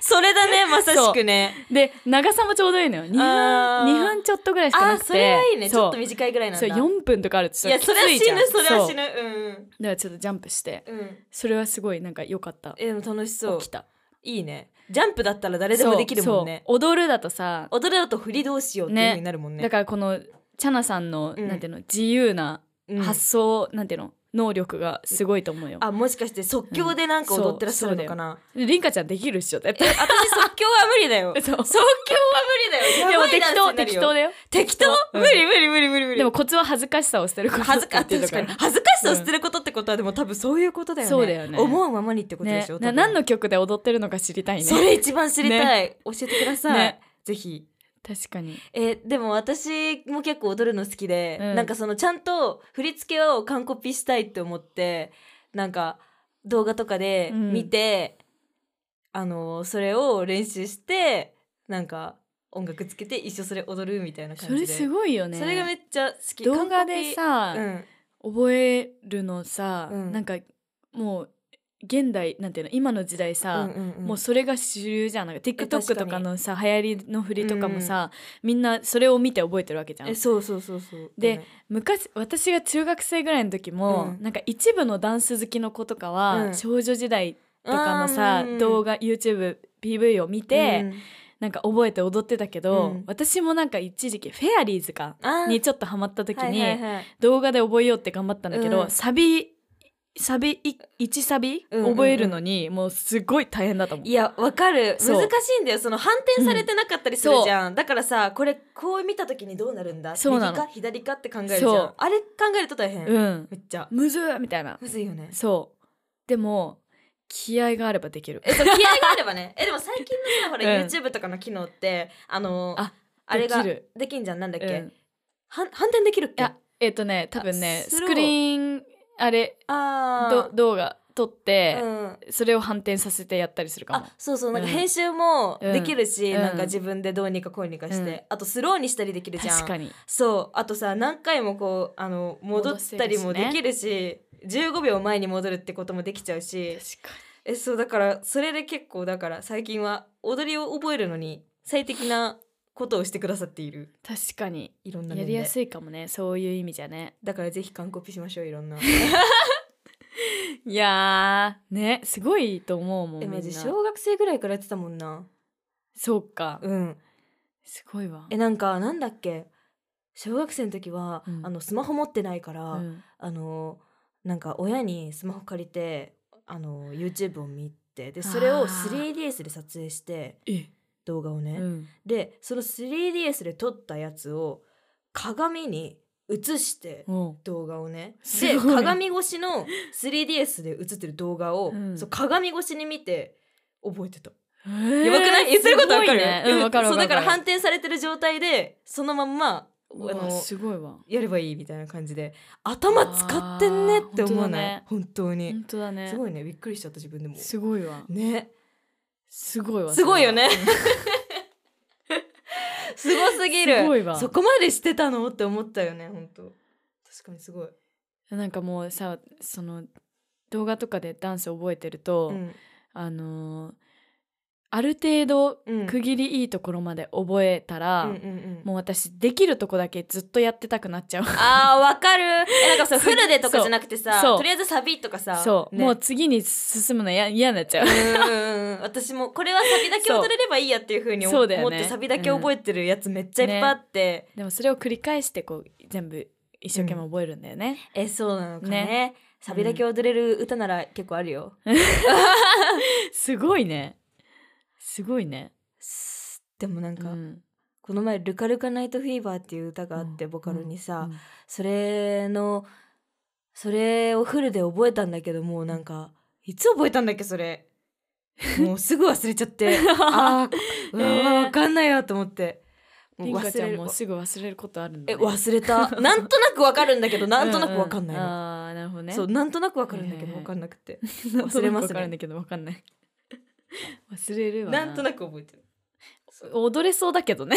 Speaker 2: それだねまさしくね
Speaker 1: で長さもちょうどいいのよ2
Speaker 2: あ
Speaker 1: 分
Speaker 2: ー
Speaker 1: 二分ちょっとぐらいしか
Speaker 2: あ
Speaker 1: な
Speaker 2: ー
Speaker 1: くて
Speaker 2: それはいいねちょっと
Speaker 1: そう
Speaker 2: 短いぐらいなん
Speaker 1: そ
Speaker 2: だ
Speaker 1: う4分とかあると
Speaker 2: いやそれは
Speaker 1: きついじ
Speaker 2: 死
Speaker 1: ゃん
Speaker 2: ぬそれは死
Speaker 1: そうだ
Speaker 2: ぬうん
Speaker 1: からちょっとジャンプして
Speaker 2: うんうん
Speaker 1: それはすごいなんか良かった
Speaker 2: えでも楽しそう
Speaker 1: 起きた
Speaker 2: いいねジャンプだったら誰でもできるもんね
Speaker 1: そうそう踊るだとさ
Speaker 2: 踊りだと振りどうしようっていう風になるもんね
Speaker 1: だからこのチャナさんの、
Speaker 2: うん
Speaker 1: なんていうの自由な
Speaker 2: うん
Speaker 1: 発想、なんていうの能力がすごいと思うよ
Speaker 2: あもしかして即興でなんか
Speaker 1: うん
Speaker 2: 踊ってらっしゃるのかな、
Speaker 1: リンカちゃんできるっしょ絶
Speaker 2: え
Speaker 1: 対
Speaker 2: 私即興は無理だよ即
Speaker 1: そう
Speaker 2: 興は無理だよ
Speaker 1: で
Speaker 2: や
Speaker 1: も
Speaker 2: ばい
Speaker 1: 適
Speaker 2: ダンス
Speaker 1: 当
Speaker 2: になる
Speaker 1: 適
Speaker 2: よ
Speaker 1: 当だよ
Speaker 2: 適当
Speaker 1: うん
Speaker 2: 無理無理無理無理無理
Speaker 1: でもコツは恥ずかしさを捨てること
Speaker 2: 恥ずか
Speaker 1: っていうと
Speaker 2: 確
Speaker 1: こ
Speaker 2: か
Speaker 1: ろ
Speaker 2: に恥ずかしさを捨てることってことはでも多分そういうことだよね
Speaker 1: そうだよね
Speaker 2: 思うままにってことで
Speaker 1: ね
Speaker 2: しょ、、
Speaker 1: な
Speaker 2: 多分
Speaker 1: 何の曲で踊ってるのか知りたいね
Speaker 2: それ一番知りたい、教えてください、
Speaker 1: ね
Speaker 2: ぜひ
Speaker 1: 確かに
Speaker 2: えでも私も結構踊るの好きで、
Speaker 1: うん
Speaker 2: なんかそのちゃんと振り付けを完コピしたいって思ってなんか動画とかで
Speaker 1: うん
Speaker 2: 見て、あのそれを練習してなんか音楽つけて一緒それ踊るみたいな
Speaker 1: そ
Speaker 2: 感じ
Speaker 1: れ
Speaker 2: です
Speaker 1: ごいよね
Speaker 2: それがめっちゃ好き
Speaker 1: 動画でさ、
Speaker 2: 完
Speaker 1: 覚えるのさ、
Speaker 2: うん
Speaker 1: なんかもう現代なんていうの今の時代
Speaker 2: コピ
Speaker 1: さ
Speaker 2: うん、うんうんうん
Speaker 1: もうそれが主流じゃんなんか
Speaker 2: 確
Speaker 1: TikTok
Speaker 2: かに
Speaker 1: とかのさ流行りの振りとかもさ、みんなそれを見て覚えてるわけじゃん
Speaker 2: えそうそうそうそう
Speaker 1: で
Speaker 2: うん
Speaker 1: 昔私が中学生ぐらいの時も、
Speaker 2: うん
Speaker 1: なんか一部のダンス好きの子とかは、
Speaker 2: うん
Speaker 1: 少女時代とかのさ、動
Speaker 2: 画
Speaker 1: 画 YouTubePV を見て、なんか覚えて踊ってたけど、
Speaker 2: うん
Speaker 1: 私もなんか一時期フェアリーズかにちょっとハマった時に、
Speaker 2: はいはいはい
Speaker 1: 動画で覚えようって頑張ったんだけど、
Speaker 2: うん
Speaker 1: サビサビい1サビ、
Speaker 2: うんうんうん
Speaker 1: 覚えるのにもうすごい大変だと思う
Speaker 2: い。やわかる
Speaker 1: そう
Speaker 2: 難しいんだよその反転されてなかったりするじゃん、だからさこれこう見た時にどうなるんだ
Speaker 1: そうなの
Speaker 2: 右か左かって考えるじゃ
Speaker 1: そ
Speaker 2: ん
Speaker 1: う
Speaker 2: あれ考えると大変、
Speaker 1: うん、
Speaker 2: めっちゃ
Speaker 1: むずーみたいな
Speaker 2: むずいよね
Speaker 1: そうでも気合があればできる
Speaker 2: えそう気合があればね えでも最近のさほら、
Speaker 1: うん
Speaker 2: YouTube とかの機能ってあの
Speaker 1: あ
Speaker 2: あれが
Speaker 1: できる
Speaker 2: できんじゃんなんだっけ、
Speaker 1: うん、い
Speaker 2: はん反転できるっけ
Speaker 1: やえっ、とね多分ね
Speaker 2: あス
Speaker 1: ス
Speaker 2: ロー
Speaker 1: クリーンあれ
Speaker 2: あ
Speaker 1: ど動画撮って、
Speaker 2: うん、
Speaker 1: それを反転させてやったりするかも
Speaker 2: あそうそうなんか
Speaker 1: うん
Speaker 2: 編集もできるし、
Speaker 1: うん
Speaker 2: なんか自分でどうにかこうにかして、
Speaker 1: うん
Speaker 2: あとスローにしたりできるじゃん
Speaker 1: 確かに
Speaker 2: そうあとさ何回もこうあの戻ったりもできるし15秒前に戻るってこともできちゃうしえそうだからそれで結構だから最近は踊りを覚えるのに最適なことをしてくださっている
Speaker 1: 確かに
Speaker 2: いろん
Speaker 1: や
Speaker 2: な面で
Speaker 1: りやすいかもねそういう意味じゃね
Speaker 2: だからぜひ完コピしましょういろ んな
Speaker 1: いやーねすごいと思うもんみ
Speaker 2: え
Speaker 1: んな
Speaker 2: マジ小学生ぐらいからやってたもんな
Speaker 1: そうか、
Speaker 2: うん
Speaker 1: すごいわ
Speaker 2: えなんかなんだっけ小学生の時は、
Speaker 1: うん
Speaker 2: あのスマホ持ってないから、
Speaker 1: うん
Speaker 2: あのなんか親にスマホ借りてあの YouTube を見てでそれ
Speaker 1: あ
Speaker 2: を
Speaker 1: ー
Speaker 2: 3DS で撮影して
Speaker 1: え
Speaker 2: 動画をね、
Speaker 1: うん
Speaker 2: でその 3DS で撮ったやつを鏡に映して
Speaker 1: おう
Speaker 2: 動画をね
Speaker 1: す
Speaker 2: で
Speaker 1: ごい
Speaker 2: 鏡越しの 3DS で映ってる動画を、
Speaker 1: うん
Speaker 2: そう鏡越しに見て覚えてた。
Speaker 1: えー
Speaker 2: やばくない言ってることわかる
Speaker 1: すごいねうんわかるわ
Speaker 2: そ
Speaker 1: か
Speaker 2: う
Speaker 1: る
Speaker 2: だから反転されてる状態でそのまんまあ
Speaker 1: うわ
Speaker 2: の
Speaker 1: すごいわ
Speaker 2: やればいいみたいな感じで頭使ってんねって思わない
Speaker 1: あー
Speaker 2: 本当に、
Speaker 1: 本当だね
Speaker 2: すごいねびっくりしちゃった自分でも
Speaker 1: すごいわ
Speaker 2: ね
Speaker 1: すごいわ
Speaker 2: すごいよね
Speaker 1: それは
Speaker 2: すごすぎる
Speaker 1: すごいわ
Speaker 2: そこまでしてたのって思ったよね本当確かにすごい、
Speaker 1: なんかもうさその動画とかでダンス覚えてると、
Speaker 2: うん
Speaker 1: あのーある程度
Speaker 2: うん
Speaker 1: 区切りいいところまで覚えたら、
Speaker 2: うんうんうん
Speaker 1: もう私できるとこだけずっとやってたくなっちゃう
Speaker 2: あーわかるえなんかさ
Speaker 1: そう
Speaker 2: フルでとかじゃなくてさ
Speaker 1: そう
Speaker 2: とりあえずサビとかさ
Speaker 1: そう、
Speaker 2: ね
Speaker 1: もう次に進むのや嫌になっちゃう
Speaker 2: うんうんうん私もこれはサビだけ踊れればいいやっていうふうに
Speaker 1: そ
Speaker 2: 思
Speaker 1: うだよね
Speaker 2: ってサビだけ覚えてるやつめっちゃいっぱいあって、
Speaker 1: でもそれを繰り返してこう全部一生懸命覚えるんだよね、
Speaker 2: えそうなのかね
Speaker 1: ね
Speaker 2: サビだけ踊れる歌なら結構あるよ、
Speaker 1: すごいねすごいね
Speaker 2: すでもなんか、
Speaker 1: うん
Speaker 2: この前「ルカルカナイトフィーバー」っていう歌があって、
Speaker 1: うん
Speaker 2: ボカロにさ、
Speaker 1: うん
Speaker 2: それのそれをフルで覚えたんだけどもうなんかいつ覚えたんだっけ それもうすぐ忘れちゃってあー、うわ
Speaker 1: えー
Speaker 2: わかんないよと思っても
Speaker 1: リ
Speaker 2: う
Speaker 1: ンカち
Speaker 2: 忘
Speaker 1: ゃん
Speaker 2: れ
Speaker 1: もすぐ忘れることあるんだ、
Speaker 2: え
Speaker 1: ね、
Speaker 2: 忘れたなんとなくわかるんだけどなんとなくわかんない
Speaker 1: うんう
Speaker 2: の、
Speaker 1: ああなるほどね
Speaker 2: そうなんとなくわかるんだ
Speaker 1: は
Speaker 2: け
Speaker 1: い
Speaker 2: ど
Speaker 1: はいは
Speaker 2: わ
Speaker 1: い
Speaker 2: かんな くて、
Speaker 1: 忘
Speaker 2: 忘
Speaker 1: れ
Speaker 2: れ
Speaker 1: ま
Speaker 2: ます
Speaker 1: わ
Speaker 2: すね
Speaker 1: かるんだけどわかんない忘れるわ
Speaker 2: なんとなく覚えてるそう
Speaker 1: 踊れそうだけどね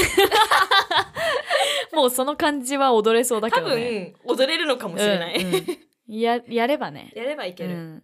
Speaker 1: もうその感じは踊れそうだけ
Speaker 2: 多
Speaker 1: どね
Speaker 2: 分踊れるのかもしれない、
Speaker 1: うんうんややればね
Speaker 2: やればいけ
Speaker 1: う
Speaker 2: る、
Speaker 1: ん